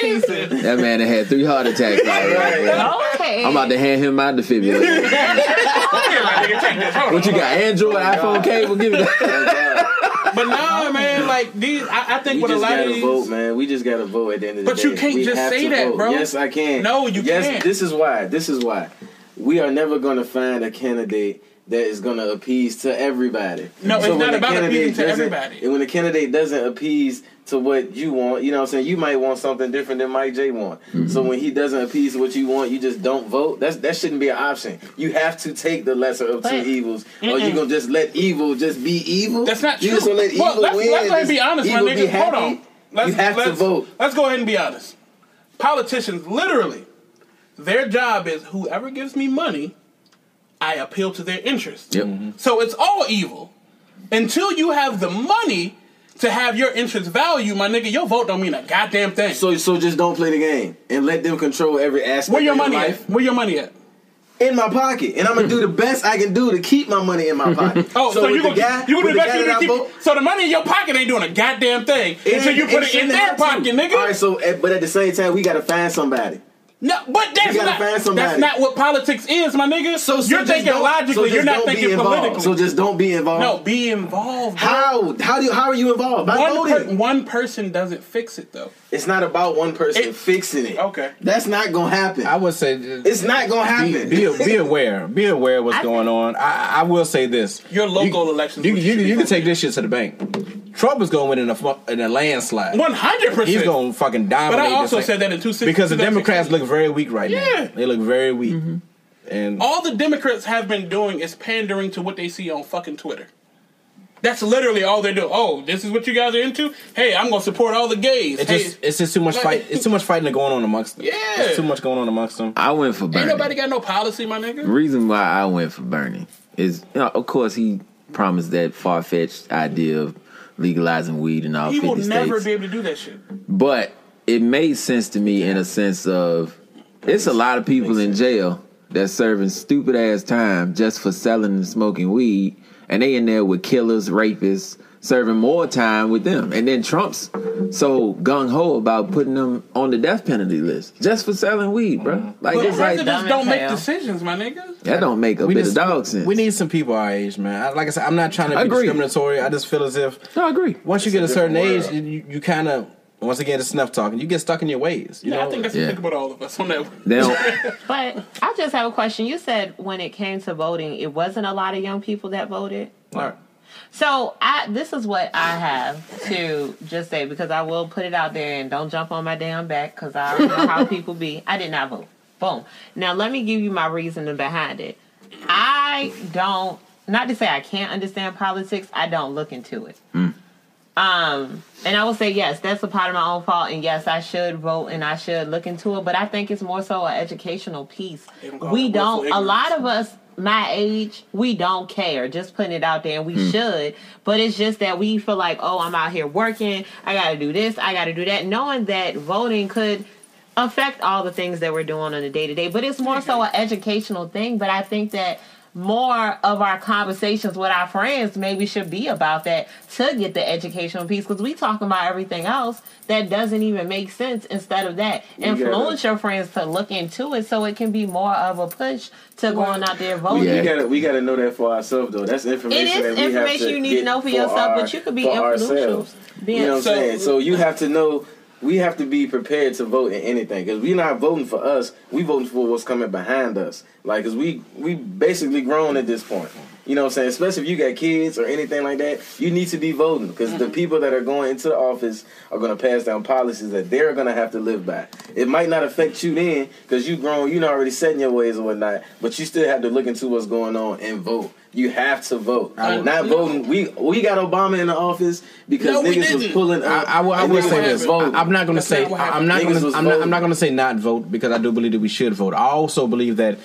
Pieces. man that had three heart attacks already. bro. Okay. I'm about to hand him my defibrillator. what you got? Android, iPhone cable? Give me that. Thank God. But no, man, like these I, I think We with a just lot of gotta these vote, man. We just gotta vote at the end of the But day. you can't We just have say to that, vote. bro. Yes, I can. No, you yes, can't. This is why. This is why. We are never gonna find a candidate that is going to appease to everybody. No, it's when not the about candidate appeasing to doesn't- everybody. And when the candidate doesn't appease to what you want, you know what I'm saying? You might want something different than Mike J want. So when he doesn't appease to what you want, you just don't vote. That's that shouldn't be an option. You have to take the lesser of two But- evils. Or you going to just let evil just be evil? That's not you true. just gonna let evil well, let's, win. let's go ahead and just be honest, my evil be nigga. Hold happy? on. Let's, you have let's, to vote. Let's go ahead and be honest. Politicians, literally, their job is whoever gives me money, I appeal to their interests. Yep. Mm-hmm. So it's all evil. Until you have the money to have your interests value, my nigga, your vote don't mean a goddamn thing. So so just don't play the game and let them control every aspect where your of money life. at? Where your money at? in my pocket, and I'm gonna do the best I can do to keep my money in my pocket. Oh, so, with you the gonna, you gonna with be the back guy to that I keep vote- So the money in your pocket ain't doing a goddamn thing until you put it in shouldn't their have to. pocket, nigga. All right, so at- but at the same time, we gotta find somebody. No, but that's You gotta not find somebody. that's not what politics is, my nigga. So, so you're just thinking don't- logically, so just you're not don't be thinking involved. politically. So just don't be involved. no, be involved. bro. How? How do? You, how are you involved? By One, voting. per- one person doesn't fix it though. it's not about one person It- fixing it. Okay. That's not gonna happen. I would say uh, it's not gonna happen. be, be, be aware. Be aware of what's I- going on. I, I will say this: Your local you, elections You, would you, be you can voted. take this shit to the bank. Trump is going to win in a fu- in a landslide. One hundred percent. He's going to fucking But dominate. I also this thing. said that in two six because the Democrats 2016. look very weak right Yeah. Mm-hmm. now. They look very weak, and All the Democrats have been doing is pandering to what they see on fucking Twitter. That's literally all they do. Oh, this is what you guys are into. Hey, I'm gonna support all the gays. it Hey, just it's just too much fight. It's too much fighting going on amongst them. Yeah. it's too much going on amongst them. I went for ain't Bernie. nobody got no policy, my nigga. reason why I went for Bernie is, you know, of course, he promised that far fetched idea of legalizing weed in all He 50 will states. never be able to do that shit. but it made sense to me in a sense of it's a lot of people in jail that's serving stupid ass time just for selling and smoking weed, and they in there with killers, rapists, serving more time with them. And then Trump's so gung ho about putting them on the death penalty list just for selling weed, bro. Like But it's like presidents dumb don't as make hell. decisions, my nigga. that don't make a We bit just- of dog sense. We need some people our age, man. I, like I said, I'm not trying to be I agree. discriminatory. I just feel as if No, I agree. once you get a, certain different age, world. you, you kind of once again it's snuff talking. You get stuck in your ways. You Yeah, know, I think that's Yeah. applicable to all of us on that one. They don't- But I just have a question. You said when it came to voting, it wasn't a lot of young people that voted. Like, So I this is what I have to just say because I will put it out there and don't jump on my damn back because I already know how people be. I did not vote. Boom. Now let me give you my reasoning behind it. I don't not to say I can't understand politics. I don't look into it. Um, and I will say yes, that's a part of my own fault, and yes, I should vote and I should look into it. But I think it's more so an educational piece. don't call We it willful don't. A lot ignorance. of us my age, we don't care. Just putting it out there, and we should. But it's just that we feel like, oh, I'm out here working. I got to do this. I got to do that. Knowing that voting could affect all the things that we're doing on a day to day. But it's more so an Mm-hmm. educational thing. But I think that more of our conversations with our friends maybe should be about that to get the educational piece because we talking about everything else that doesn't even make sense instead of that influence your friends to look into it so it can be more of a push to going out there voting Yeah. We gotta we gotta know that for ourselves though. That's information. it that is we have information to you need to get know for yourself our- but you could be for influential ourselves. being You know what I'm So- saying? So you have to know. We have to be prepared to vote in anything because we're not voting for us. We voting for what's coming behind us. Like, cause we we basically grown at this point. You know what I'm saying? Especially if you got kids or anything like that, you need to be voting because the people that are going into the office are going to pass down policies that they're going to have to live by. It might not affect you then because you grown, you're already setting your ways and whatnot, but you still have to look into what's going on and vote. You have to vote. not voting. We we got Obama in the office because No, we niggas was didn't. pulling. I, Up I, will- I and will niggas say was this. I, voting. I'm not going to That's say. not what I, am happened. not going Niggas was to. I'm not. I'm voting. not going to say not vote because I do believe that we should vote. I also believe that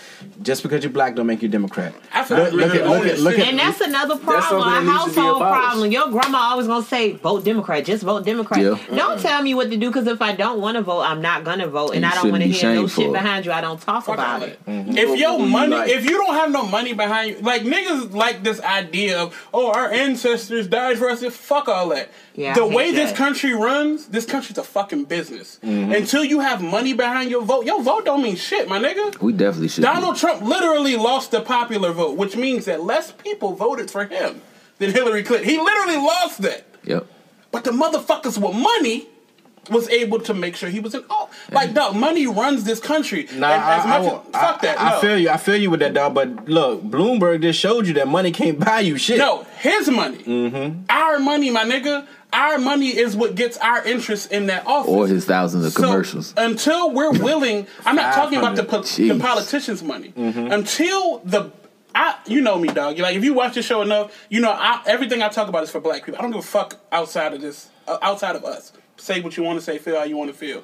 just because you're black don't make you Democrat. I feel like Look, look we're at look on at look And at. that's another problem, something that a needs to be household abolished. problem. Your grandma always gonna say, "Vote Democrat, just vote Democrat." Yeah. Don't tell me what to do because if I don't want to vote, I'm not gonna vote, and You I don't want to shouldn't be hear no shameful. shit behind you. I don't talk about it. Mm-hmm. If your Who you money, like. if you don't have no money behind you, like niggas like this idea of, oh, our ancestors died for us. Fuck all that. Yeah, I the hate way this that. Mm-hmm. country runs, this country's a fucking business. Until you have money behind your vote, your vote don't mean shit, my nigga. we definitely should. Donald Trump literally lost the popular vote, which means that less people voted for him than Hillary Clinton. He literally lost that. Yep. But the motherfuckers with money was able to make sure he was in. Oh, like dog, money runs this country. Mm-hmm. Nah, And I, as much I, as- fuck that. I, no. I feel you. I feel you with that, dog. But look, Bloomberg just showed you that money can't buy you shit. No, his money. Mm-hmm. Our money, my nigga. Our money is what gets our interest in that office. Or his thousands of commercials. So until we're willing, I'm not talking about the, po- the 500, jeez. politicians' money. Until the, I, you know me, dog. Like if you watch the show enough, you know I, everything I talk about is for black people. I don't give a fuck outside of this, uh, outside of us. Say what you want to say, feel how you want to feel.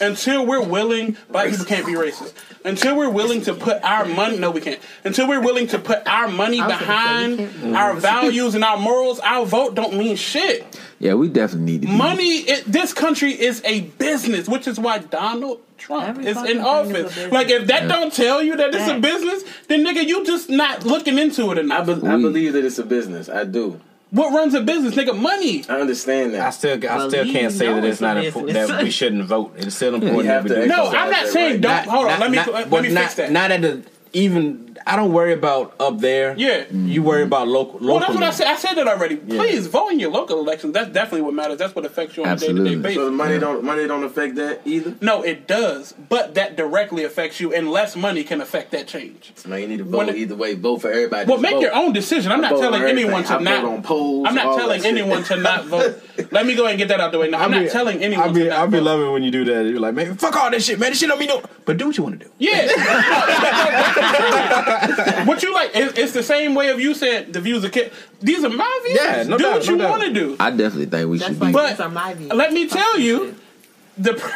Until we're willing, black people can't be racist. Until we're willing to put our money, no, we can't. Until we're willing to put our money I was gonna say, you behind our values and our morals, our vote don't mean shit. Yeah, we definitely need to be- Money, it, this country is a business, which is why Donald Trump Every is fucking in thing is a office. business. like, if that don't tell you that it's a Facts. business, then nigga, you just not looking into it I, enough. be- I We- believe that it's a business. I do. What runs a business, nigga? Money. I understand I that. still, I still Well, you can't say know that it's it's not a important business. that we shouldn't vote. It's still We important have that we to do. exercise No, I'm not that saying right. don't- hold on, let me- let but me not, fix that. Not at the even. I don't worry about up there. Yeah. you worry about local. Well, that's what I locally. said. I said that already. Please vote in your local elections. That's definitely what matters. That's what affects you on a day to Absolutely. day basis. So the money don't money don't affect that either. No, it does, but that directly affects you, and less money can affect that change. Man, you need to When vote it- either way. Vote for everybody. Well, Just make vote. your own decision. I'm I not vote on telling anyone to everything. I not. vote on polls, I'm not all telling that shit. anyone to not vote. Let me go ahead and get that out the way. Now, I'm I not be- telling anyone I be, to not I be vote. loving when you do that. You're like, man, fuck all this shit, man. This shit don't mean no. But do what you want to do. Yeah. what you like? It's, it's the same way of you said the views of kid. These are my views. Yeah, no do doubt, what no you doubt. want to do. I definitely think we That's should like be. But- these are my views. Let me tell you, the pre-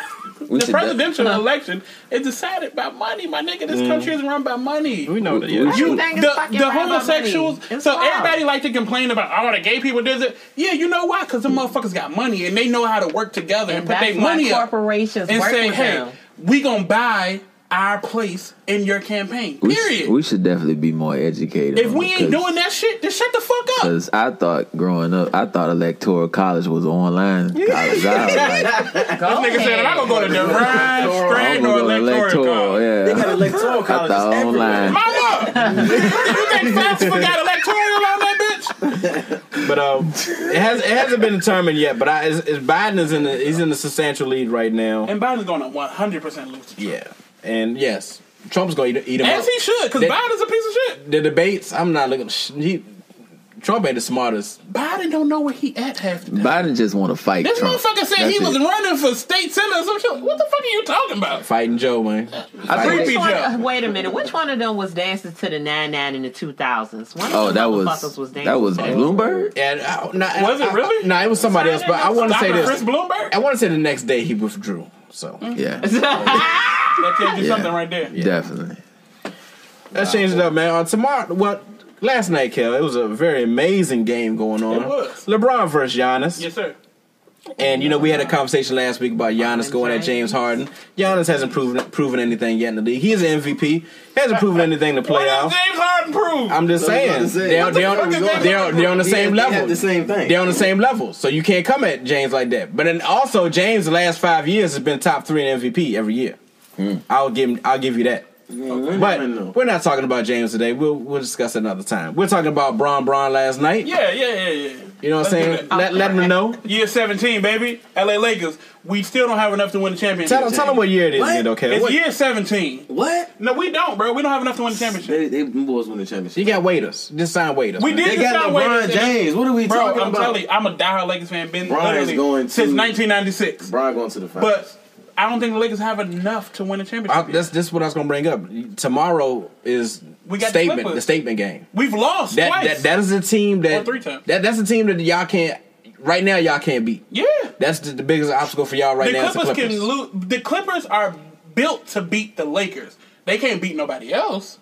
We the should presidential election is decided by money. My nigga, this country is run by money. Mm. We know that. Yeah. You, Everything is the, fucking the run by homosexuals. money. It's So wild. everybody like to complain about oh the gay people does it. Yeah, you know why? Because the motherfuckers got money and they know how to work together and, and put that's their money why up corporations and work say, with hey, them. we gonna buy our place in your campaign. We, Period. sh- we should definitely be more educated. if we ain't doing that shit, then shut the fuck up. Because I thought growing up, I thought electoral college was online college. I was like, Go Nigga said, I'm gonna go to Divine I'm Strand or gonna go to Electoral. electoral. College." They Yeah, got electoral I colleges thought everywhere. online. Mama, you think FAFSA got electoral on that bitch? But um, it has it hasn't been determined yet. But I, is, is Biden is in the, he's in a substantial lead right now. And Biden's going to 100 percent lose. Yeah, and yes, Trump's gonna eat, eat him As up. he should, because That- Biden's a piece of shit. the debates. I'm not looking. sh- He, Trump ain't the smartest. Biden don't know where he at half the time. Biden just want to fight. This Trump. motherfucker said That's he was it. running for state senator. or Some shit. What the fuck are you talking about? Fighting Joe, man. I think Creepy they- Which one- Joe. Wait a minute. Which one of them was dancing to the nine nine in the two thousands? One of Oh, them that motherfuckers was was dancing. that was to Bloomberg. And I, nah, Was it I- really? I, nah, it was somebody else. But I want to say Dr. Chris Mm. this. Bloomberg. I want to say the next day he withdrew. So Yeah, That tells you Yeah. something right there. definitely. that changed it up, man. On tomorrow, well, last night, Kel, it was a very amazing game going on. It was. LeBron versus Giannis. Yes, sir. And you know, we had a conversation last week about Giannis going at James Harden. Giannis hasn't proven proven anything yet in the league. He is an MVP. Hasn't proven anything in the What does playoffs. James Harden prove? I'm just That's what I saying was about to say. they're What the they're, fuck is they're, that? they're, on the He same had- he had level. the same thing. They're on the same level, so you can't come at James like that. But then also James, the last five years has been top three in MVP every year. I'll give him- I'll give you that. But we're not talking about James today. We'll we'll discuss it another time. We're talking about Bron Bron last night. yeah, yeah, yeah, yeah. You know what I'm Let's do saying? that. Let let him know. Year 17, baby. LA Lakers. We still don't have enough to win the championship. Tell, tell him what year it is, again, okay? It's What- year 17. What? No, we don't, bro. We don't have enough to win the championship. They, they boys win the You championship. got waiters. Just sign waiters. We man. did They just got not wait LeBron to- James. What are we Bro, talking I'm about? telling you, I'm a diehard Lakers fan. Been Brian's literally going to- since 1996. LeBron going to the finals. But I don't think the Lakers have enough to win a I, championship. yet. that's that's what I was gonna bring up. Tomorrow is We got the statement Clippers. the statement game. We've lost That, twice. that that is a team that Or three times. that that's a team that y'all can't right now y'all can't beat. yeah. That's the, the biggest obstacle for y'all right the now. is Clippers, the Clippers. can lose. The Clippers are built to beat the Lakers. They can't beat nobody else,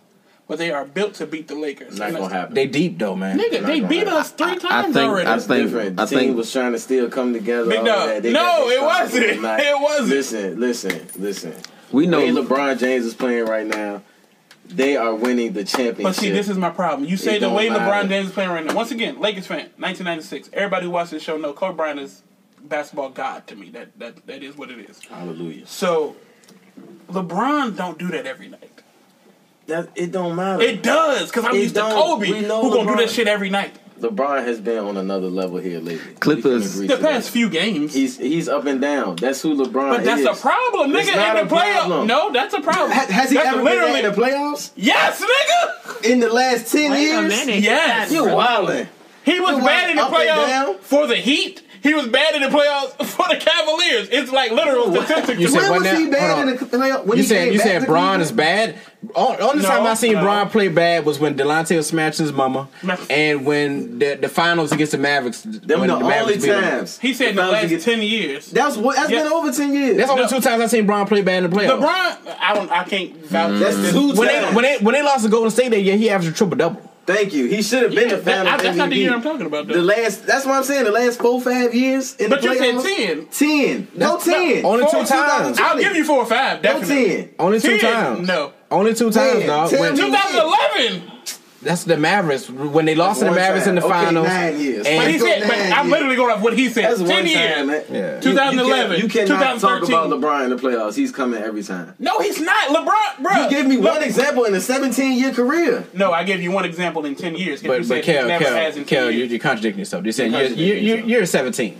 but they are built to beat the Lakers. Not And gonna that's- happen. They deep though, man. Nigga, they gonna beat happen. us three I times think already. I think different. The I team think was trying to still come together. Big all dog. that. They No, got their it shots. wasn't. It's not- It wasn't. Listen, listen, listen. we The way know LeBron James is playing right now, they are winning the championship. But see, this is my problem. You say the don't way matter. LeBron James is playing right now. Once again, Lakers fan, 1996. Everybody who watches this show know Kobe Bryant is basketball god to me. That that that is what it is. hallelujah. So LeBron don't do that every night. That it don't matter. It does because I'm It used to don't. Kobe, We who know gonna do LeBron. that shit every night. LeBron has been on another level here lately. Clippers. We can The agree to that. past few games. He's he's up and down. That's who LeBron but that's is. a problem, nigga. It's not in the a playoff. problem. No, that's a problem. Ha- Has he that's ever literally been in the playoffs Yes, nigga. in the last ten Wait a years? minute. Yes. You're wilding. He was bad It went in the up and playoffs down. for the Heat. He was bad in the playoffs for the Cavaliers. It's like literal statistics. You said When what was now? he bad Hold in on. the playoff? When You he said came you back said to Braun Cleveland? is bad. On- Only No, time I seen no. Braun play bad was when Delonte was smashing his mama, No. and when the, the finals against the Mavericks. Them when the, the only Mavericks beat 'em. times. He said in The the Browns last get- ten years. That's what. That's Yeah. been over ten years. That's only No. two times I seen Braun play bad in the playoffs. LeBron, I don't. I can't vouch. for That's this. two When they, times. when they when they lost to Golden State that year, he averaged a triple double. Thank you. He should have been Yeah, the that- final I- that's not the MVP. year I'm talking about. The Though. last. That's what I'm saying. The last four five years in But the you said playoffs. 10. Ten. Go no, ten. Only Four two times. 2000. I'll give you four or five. Go Definitely. ten. Only two Ten? times. No. Only two times, Ten. dog. Ten. When- Two- 2011. that's the Mavericks when they lost to the One Mavericks in the time. Okay, finals. nine years. But And- he said. But I'm literally going off what he said. That's one Ten time, years. Yeah. man. You- you can't- 2011, You, cannot talk 2013. about LeBron in the playoffs. He's coming every time. No, he's not. LeBron, bro. You gave me one example in a 17 year career. No, I gave you one example in ten years. 'cause you But said but Kel, he never Kel, has in 10 Kel, years. you're, you're contradicting yourself. You're saying you're contradicting you're, you're, yourself. you're 17.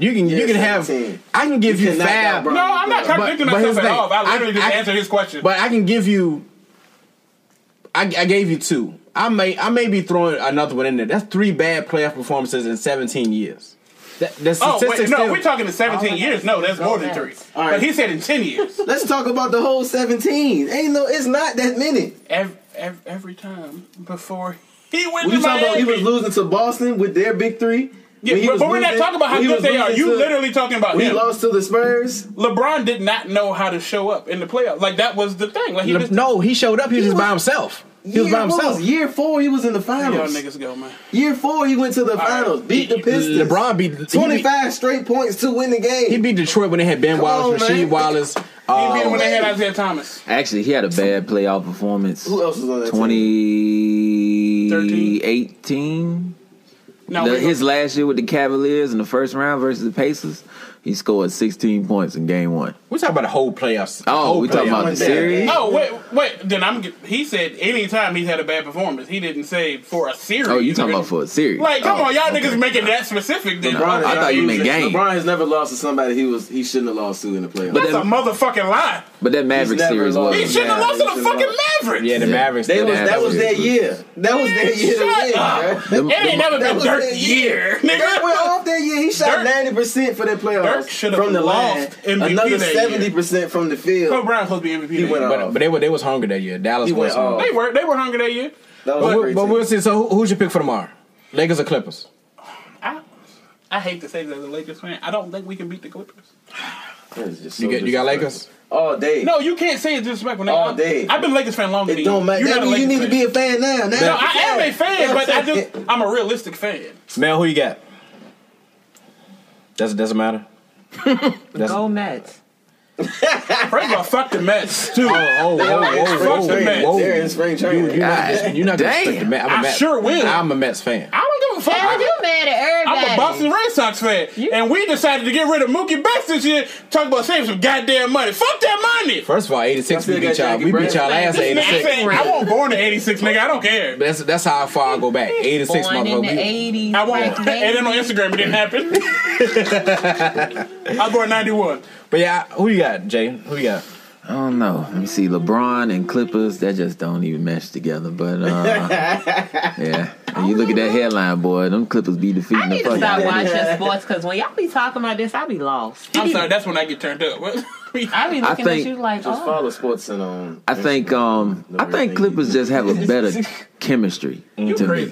You can you You're can have 17. I can give you, cannot five. doubt Bron. No, I'm not But- contradicting but myself here's at the thing. all. I I- literally just I- answered his question. But I can give you. I, I gave you two. I may I may be throwing another one in there. That's three bad playoff performances in 17 years. That, the oh statistics wait, no, still, we're talking in 17 years. No, that's more than back. three. All right. But he said in 10 years. Let's talk about the whole 17. Ain't no, it's not that many. every, every, every time before he went When to you talking about Miami. he was losing to Boston with their big three. yeah, When he but, was but we're not losing- talking about how when he good was they are. losing You to- literally talking about We him. lost to the Spurs. LeBron did not know how to show up in the playoffs. Like that was the thing. Like he Le- just no, he showed up. He was He just by was- himself. He was Year- by what himself. was year four, he was in the y'all finals. niggas go man. Year four, he went to the finals, beat the Pistons. LeBron beat he beat- 25 straight points to win the game. He beat Detroit when they had Ben Come Wallace, on, man. Rasheed Wallace. He beat him when Uh, they Oh. had Isaiah Thomas. Actually, he had a bad playoff performance. Who else was on that team? 2018. No, The- we- his last year with the Cavaliers in the first round versus the Pacers, he scored 16 points in game one. we're talking about a whole playoffs. Oh, whole we talking about the playoff. series? Oh wait, wait. Then I'm. get- He said anytime he's had a bad performance, he didn't say for a series. Oh, you talking about for a series? Like, come Oh, on, y'all okay. niggas making that specific. Then LeBron I has thought you never- meant game. LeBron has never lost to somebody he was he shouldn't have lost to in the playoffs. But That's a that- motherfucking lie. But that Maverick never series lost. He was. He's- shouldn't have Yeah, lost to he the shouldn't fucking have lost. Mavericks. Yeah, the Oh, Yeah. Mavericks. They did was, have that was it. their year. That was their year to Shut win. up. bro. Them- It ain't them- never That been was Dirk their year. year, Dirk went nigga. off that year. He shot Dirk- ninety percent for that playoffs. Dirk should have from the lost line, MVP another that year. seventy percent from the Kobe field. Bryant supposed to be MVP. He that went year. off. But, but they were they was hungry that year. Dallas He went was hungry. off. They were they were hungry that year. That was But, crazy. but we'll see. So who, who's your pick for tomorrow? Lakers or Clippers? I I hate to say this as a Lakers fan. I don't think we can beat the Clippers. That is just so You get you got disrespectful. Lakers. all day. No, you can't say it disrespectful. nigga. All I- day. I've been a Lakers fan longer it than don't matter. you. You're That not a mean, you Lakers need to fan. be a fan now. now No, I am a fan, but I just I'm a realistic fan. Man, who you got? Does it doesn't matter. That's, Go oh, Mets. First of all, fuck the Mets too. oh, whoa, whoa, Fuck the Mets. whoa, They're whoa. in spring training. You're not, just, you're not gonna Damn. expect the Mets. I'm a I Mets. sure will. I'm a Mets fan. I don't give a fuck. Hell, you mad at everybody? I'm a Boston Red Sox fan, and we decided to get rid of Mookie Betts this year. Talk about saving some goddamn money. Fuck that money. First of all, '86 Y'all we still beat got y'all. Jackie We beat Bradley. y'all ass in This nigga '86. saying, I won't born in '86, nigga. I don't care. That's that's how far I go back. '86, Born in the motherfucker. 80s. I won't. And then on Instagram, it didn't happen. I was born in '91. But yeah, who you got, Jay? Who you got? I don't know. Let me see. LeBron and Clippers, that just don't even mesh together. But uh, yeah, and you look at that headline, boy. Them Clippers be defeating I the need to stop fucking. watching sports because when y'all be talking about this, I be lost. I'm sorry. That's when I get turned up. I be looking think- at you like, Just oh, follow sports and um. I think um I think Clippers just have a better chemistry you to crazy.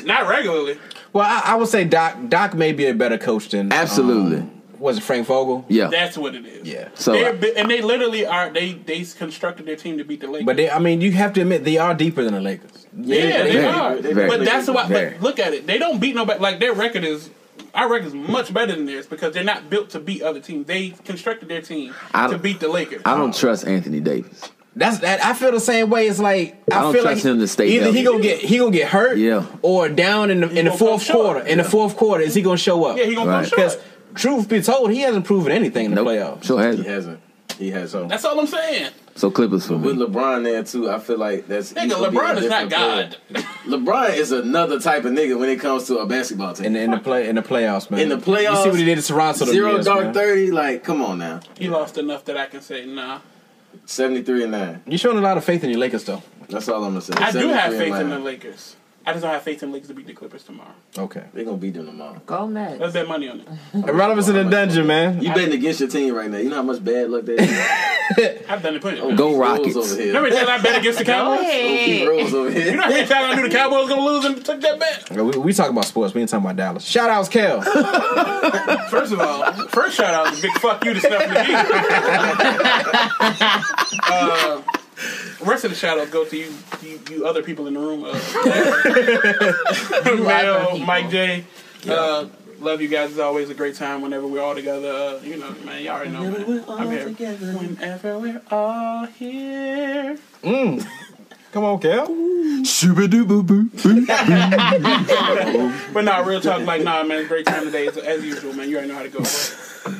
me. Not regularly. Well, I, I would say Doc. Doc may be a better coach than Absolutely. um, was it Frank Vogel? Oh. Yeah. That's what it is. Yeah. So They're I- bi- and they literally are. They they constructed their team to beat the Lakers. But they, I mean, you have to admit they are deeper than the Lakers. yeah, they, very, are. very, but that's why. very. But look at it. They don't beat nobody. Like their record is. Our record is much better than theirs because they're not built to beat other teams. They constructed their team I to don't- beat the Lakers. I don't trust Anthony Davis. That's that. I feel the same way. It's like I, I don't feel trust like him to stay Either he healthy. gonna get he gonna get hurt, Yeah. or down in the in the gonna fourth come short. quarter. In the fourth quarter, is he gonna show up? yeah, he gonna Right. come because short. truth be told, he hasn't proven anything in the Nope. playoffs. Sure has he hasn't. He hasn't. That's all I'm saying. So Clippers for With me. LeBron there too, I feel like that's Nigga, he's gonna be a LeBron is not different player. God. LeBron is another type of nigga when it comes to a basketball team. in the, in the play in the playoffs, man. In the playoffs, you see what he did to Toronto. them Zero years, dark man. thirty, like come on now, He lost enough that I can say nah. seventy three and nine. You're showing a lot of faith in your Lakers, though. That's all I'm gonna say. I do have 73 and faith in the nine. Lakers. I just don't have faith in the Lakers to beat the Clippers tomorrow. Okay. They gonna beat them tomorrow. Go Max. Let's bet money on it. Relevance in the dungeon, man. You betting against your team right now. You know how much bad luck that is. I've done it. Put it. Go Rockets. Over here. Remember that I bet against the Go Cowboys? Pete ahead. Rose over here. You know how many times I knew the Cowboys was gonna lose and took that bet? We, we talking about sports. We ain't talking about Dallas. Shout outs, Kel. First of all, first shout out is big fuck you to Steph McGee. uh, rest of the shout outs go to you, you, you other people in the room. Uh, Mel, people. Mike J. Uh, love you guys. It's always a great time whenever we're all together. Uh, you know, man, y'all already know, man. I'm here. Whenever we're all here. Come on, Kel. But nah, real talk, like, nah, man, great time today. It's, as usual, man, you already know how to go.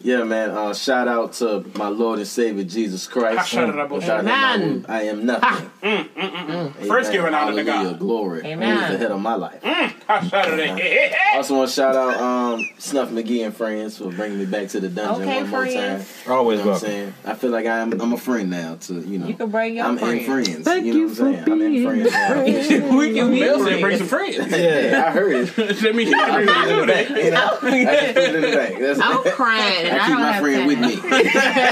Yeah, man. Uh, shout out to my Lord and Savior Jesus Ah, Christ. shout it up, boy. Without him, I Amen. would- I am nothing. Mm, Amen. First giving honor to Hallelujah. God. Mm. Glory. Amen. He is the head of my life. Hot shout today. Also want to shout out um, Snuff McGee and friends for bringing me back to the dungeon Okay, one more time. friends. Always You know what welcome. I'm saying? I feel like I'm I'm a friend now to you know. You can bring your I'm friends. in friends. you know what I'm saying? I'm in friends. now. We can be Mel said friends. bring some friends. yeah, I heard it. That means you gotta bring some food, eh? You know, I just put it in the bank. That's I'm crying. And I, I keep don't my have friend with time. me.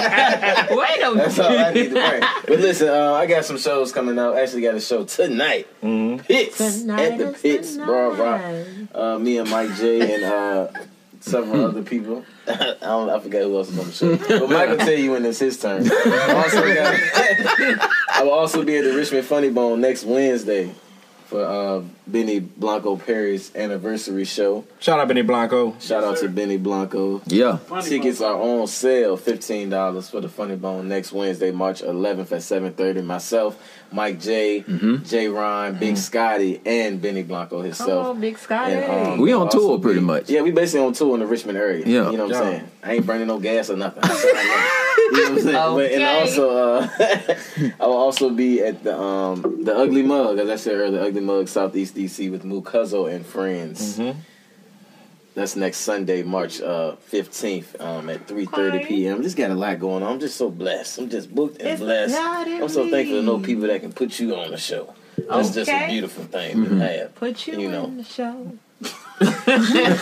Wait a minute. That's all I need to bring. But listen, uh, I got some shows coming out. Actually, got a show tonight. Pits at the Pits, bro. Rock. Uh, me and Mike J and uh, several other people. I don't. I forgot who else is on the show. But Mike will tell you when it's his turn. I also got- I will also be at the Richmond Funny Bone next Wednesday for uh, Benny Blanco Perry's anniversary show. Shout out Benny Blanco. Shout out to Benny Blanco. Yeah. Funny Tickets are on sale, fifteen dollars for the Funny Bone next Wednesday, March 11th at 7:30. Myself, Mike J, J Ron, Big Scotty, and Benny Blanco Come himself. on, Big Scotty. And, um, We on also tour pretty be- much. Yeah, we basically on tour in the Richmond area. Yeah. you know what Yeah. I'm saying. I ain't burning no gas or nothing. you know what I'm saying. But, and Okay. also, uh, I will also be at the um, the Ugly Mug, as I said earlier, Ugly Mug Southeast DC with Mucuzzo and friends. Mm-hmm. That's next Sunday, March uh, fifteenth, um, at three thirty p.m. Just got a lot going on. I'm just so blessed. I'm just booked and It's blessed. God in I'm so thankful to know me. people that can put you on the show. That's just a Okay. beautiful thing Mm-hmm. to have. Put you, You know. in the show. We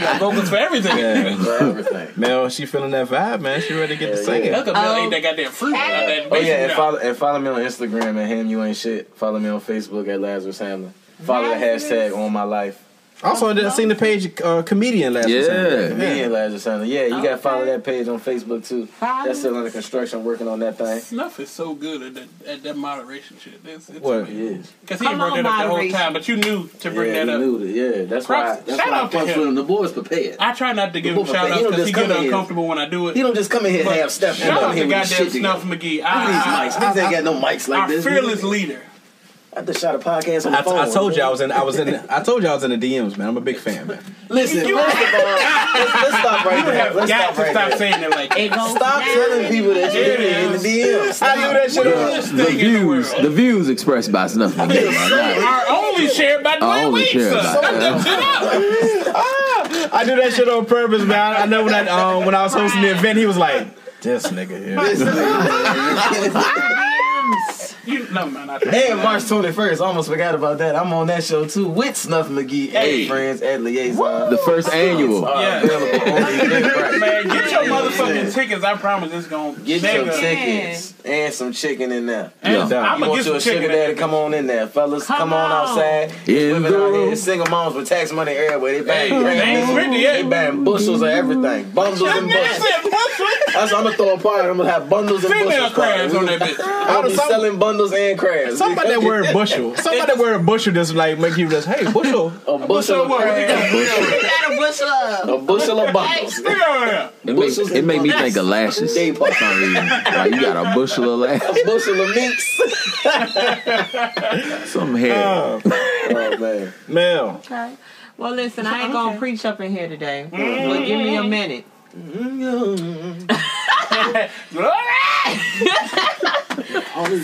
got vocals for everything. For everything. Mel, she feeling that vibe, man. She ready to get to Yeah, singing. Look at Mel Oh. ate that goddamn fruit. out that Oh yeah, and basement. follow and follow me on Instagram at him you ain't shit. Follow me on Facebook at Lazarus Hamlin. Follow the hashtag on my life. Also, I did- I seen the page uh, comedian last Yeah. Sunday. Me and Lazarus Hamlin. Yeah, you gotta follow Okay. that page on Facebook too. Follow. That's still under construction, working on that thing. Snuff is so good at that, at that moderation shit. It's, it's What? Because he Come ain't brought on, that up the whole moderation. time, but you knew to bring yeah, that he up. knew that. Yeah, that's why. Crocs, that's shout why I out to fucks him. with him. The boy's prepared. I try not to give him Look, shout he outs don't because just he come get in here. uncomfortable when I do He it. don't just come in here and But half step. and Shout come out to here with goddamn shit together. Snuff McGee. Look I, at I, these mics. Niggas ain't got no mics like our this. fearless leader. I just shot a podcast on the I, phone. I told you I was in. I was in. I told you I was in the DMs, man. I'm a big fan, man. Listen, first of all, let's, let's stop right You there. have Let's got stop to right stop there. saying it like that. It goes Stop down. telling people that you're It in the DMs. I Stop. knew that shit. Worst The thing in the views, world. the views expressed by Snuff McGee. my God. Are only shared by I Dwayne only Wade, care son. about that. I do that shit on purpose, man. I, I know when I um, when I was hosting the event, he was like, "This nigga here." You, no, man, I think. And March 21st, almost forgot about that. I'm on that show too with Snuff McGee Hey. and friends at Liaison. The first annual. Are Yeah. available on Eventbrite. Man, get your motherfucking tickets. I promise it's gonna Get your Nigga. tickets and some chicken in there. And Yeah. I'm gonna you want get your some sugar chicken. daddy? Come on in there, fellas. Come, on, on. outside. In Women the out room. here, single moms with tax money everywhere. They bang, Hey, grand they ain't bushels. spending yet. They bang bushels of everything, bundles and bushels. That's I'm gonna throw a party. I'm gonna have bundles and Female bushels. party. crabs on that bitch. I'll be Some- selling bundles and crabs. Somebody that wear a bushel. Somebody that wear a bushel just like make you just, hey, bushel. a bushel of crabs, You got a bush up. a bushel of bundles. Look over here. It makes it make me think of lashes. Day For some reason. Like you got a bushel of lashes, A bushel of meats. some hair. Uh. Oh man, Mel. Okay. Well, listen, I Mm. ain't gonna preach up in here today, but give me a minute.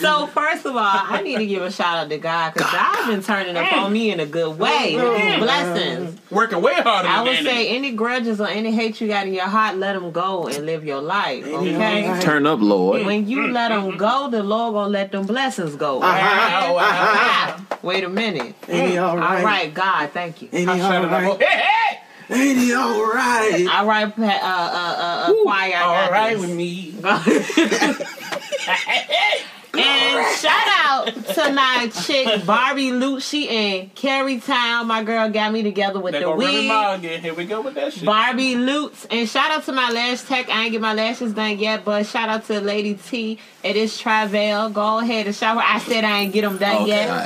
So first of all, I need to give a shout out to God because God's been turning up on me in a good way. Mm-hmm. His Blessings. Working way harder than I would Danny. say any grudges or any hate you got in your heart, let them go and live your life. Okay. Turn up, Lord. When Mm-hmm. you let them go, the Lord gonna let them blessings go. Wow, wow. Ah, Uh-huh. Wait a minute. Ain't he all All right, right? God, thank you. Ain't he all right? Hey, hey! Ain't he all right? All right, pa- uh, uh, uh, uh choir. I got All right this. with me. And shout out to my chick Barbie Lucci and Carrie Town. My girl got me together with They're the gonna rip him wig. out again. Here we go with that shit. Barbie Lutz and shout out to my lash tech. I ain't get my lashes done yet, but shout out to Lady T. It is Travell. Go ahead and shout. I said I ain't get them done Okay, yet. all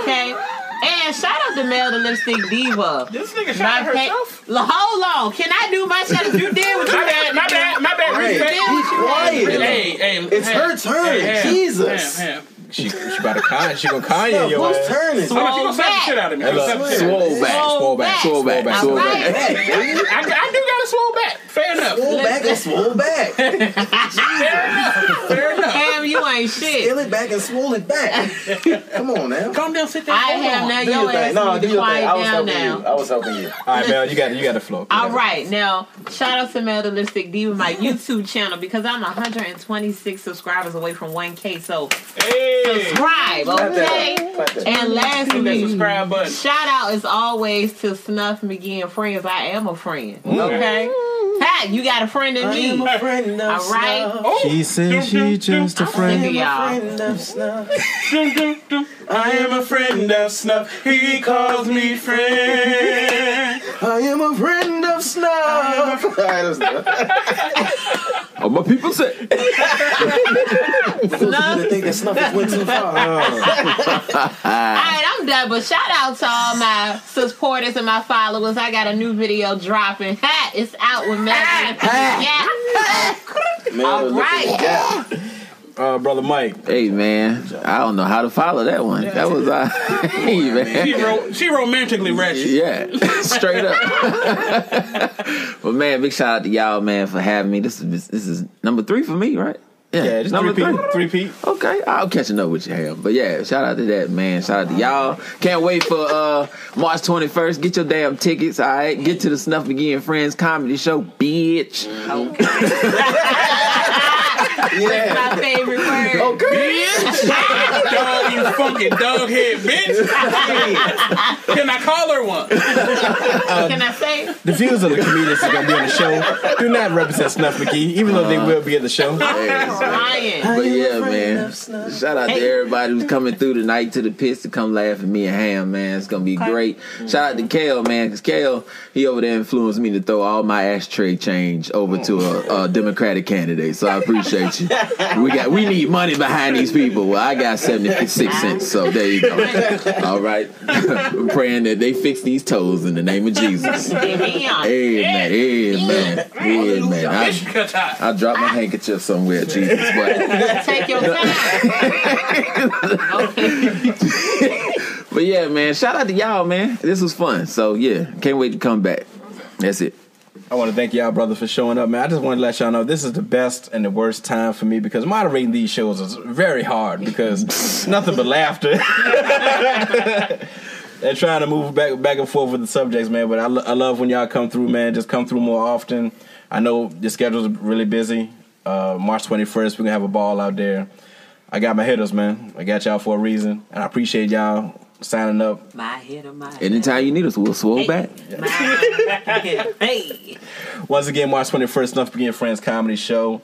Okay. And shout out to Mel the Lipstick Diva. This nigga My shot pa- herself. Hold on. Can I do my shout out? You did what you My had. bad, my bad, my bad. Hey, Respect. be quiet. Hey, hey, It's hey, her turn. hey, hey, Jesus. hey, hey. She, she about to Kanye. She gonna Kanye your Who's ass. turning? Oh, no, she gonna slap the back. shit out of me. She Hello. gonna slap the shit out of me. Swole back. Swole back. Swole back. back. Swole All back. right. Hey, I, I do got a swole back. Fair enough. Swole back and swole back. Fair enough. Fair enough. Fam, you ain't shit. Peel it back and swole it back. Come on now. Calm down, sit down. I have now Do your your thing. ass No, no, do need to your thing. I quiet was down helping you. now. I was helping you. All right, Mel, you got you got the floor. All right, now shout out to Mel the Lipstick D with my YouTube channel because I'm 126 subscribers away from 1K. So Hey. subscribe, Clap okay? that. Clap that. And Hit that lastly, subscribe button. shout out as always to Snuff McGee and friends. I am a friend, okay? Ha, you got a friend in Mm. I am me. a friend of All right. snuff. She said she just a I'm sick friend. of y'all. Friend of snuff. Dum, dum, dum. I am a friend of snuff. He calls me friend. I am a friend of snuff. All right, that's enough. Oh, my people say. You think that snuff just went too far? All right, I'm done. But shout out to all my supporters and my followers. I got a new video dropping. Ha, it's out with Mel. Yeah. All right. Uh, brother Mike. Hey man, I don't know how to follow that one. That was uh, hey man. She, ro- she romantically ratchet. Yeah, straight up. but man, big shout out to y'all, man, for having me. This is this is number three for me, right? Yeah, just three P. Three P. Okay, I'll catching up with you, Ham. But yeah, shout out to that man. Shout out to y'all. Can't wait for uh March twenty first. Get your damn tickets. All right, get to the Snuff Again Friends comedy show, bitch. Yeah. my favorite word. Oh, Bitch. Dog, you fucking dog head bitch. Can I call her one? uh, Can I say? The views of the comedians that's gonna be on the show do not represent Snuff McGee, even though they will be at the show. Ryan. But yeah, man. Shout out to everybody who's coming through tonight to the pits to come laugh at me and Ham, man. It's gonna be great. Shout out to Kale, man, because Kale, he over there influenced me to throw all my ashtray change over to a, a Democratic candidate. So I appreciate you. We got we need money behind these people. Well, I got seventy six cents, so there you go. All right. I'm praying that they fix these toes in the name of Jesus. Damn. Amen. Amen. Amen. I, Bitch, cut out. I dropped my handkerchief somewhere, Jesus. But Take your time. But yeah, man, shout out to y'all, man. This was fun. So yeah, can't wait to come back. That's it. I want to thank y'all, brother, for showing up, man. I just want to let y'all know this is the best and the worst time for me because moderating these shows is very hard because nothing but laughter. and trying to move back back and forth with the subjects, man. But I, lo- I love when y'all come through, man. Just come through more often. I know your schedule's really busy. Uh, March 21st, we're gonna have a ball out there. I got my hitters, man. I got y'all for a reason, and I appreciate y'all signing up. My head on my head. Anytime you need us, we'll swole back. My head. Hey. Once again, March 21st, Snuff Begin Friends Comedy Show.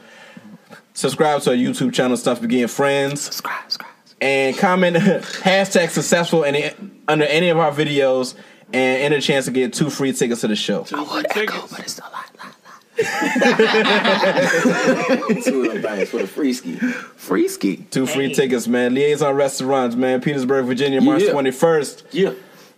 Subscribe to our YouTube channel, Snuff Begin Friends, Subscribe, subscribe. and comment hashtag successful any, under any of our videos, and enter a chance to get two free tickets to the show. But it's a lot, lot. Two of them things for the free ski. Free ski. Two free tickets, man. Liaison Restaurants, man. Petersburg, Virginia, March Yeah. 21st. Yeah.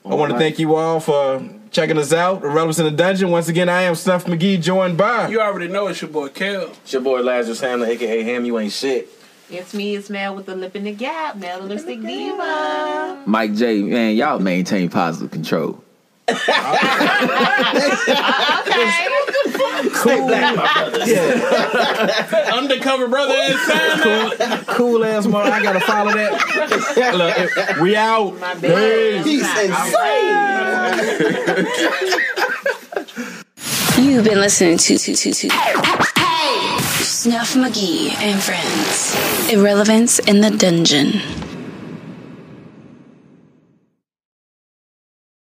I want to thank you all for checking us out. The Relevance in the Dungeon. Once again, I am Snuff McGee, joined by. You already know it's your boy Kel. It's your boy Lazarus Hamlin, aka Ham. You ain't shit. It's me, it's Mel with the lip in the gap. Mel the Lipstick Diva. Mike J, man, y'all maintain positive control. Okay. cool, Undercover brother and son. cool ass mother. I gotta follow that. Look, if- we out. My bad. He's insane. You've been listening to to to to Snuff McGee and Friends. Irrelevance in the Dungeon.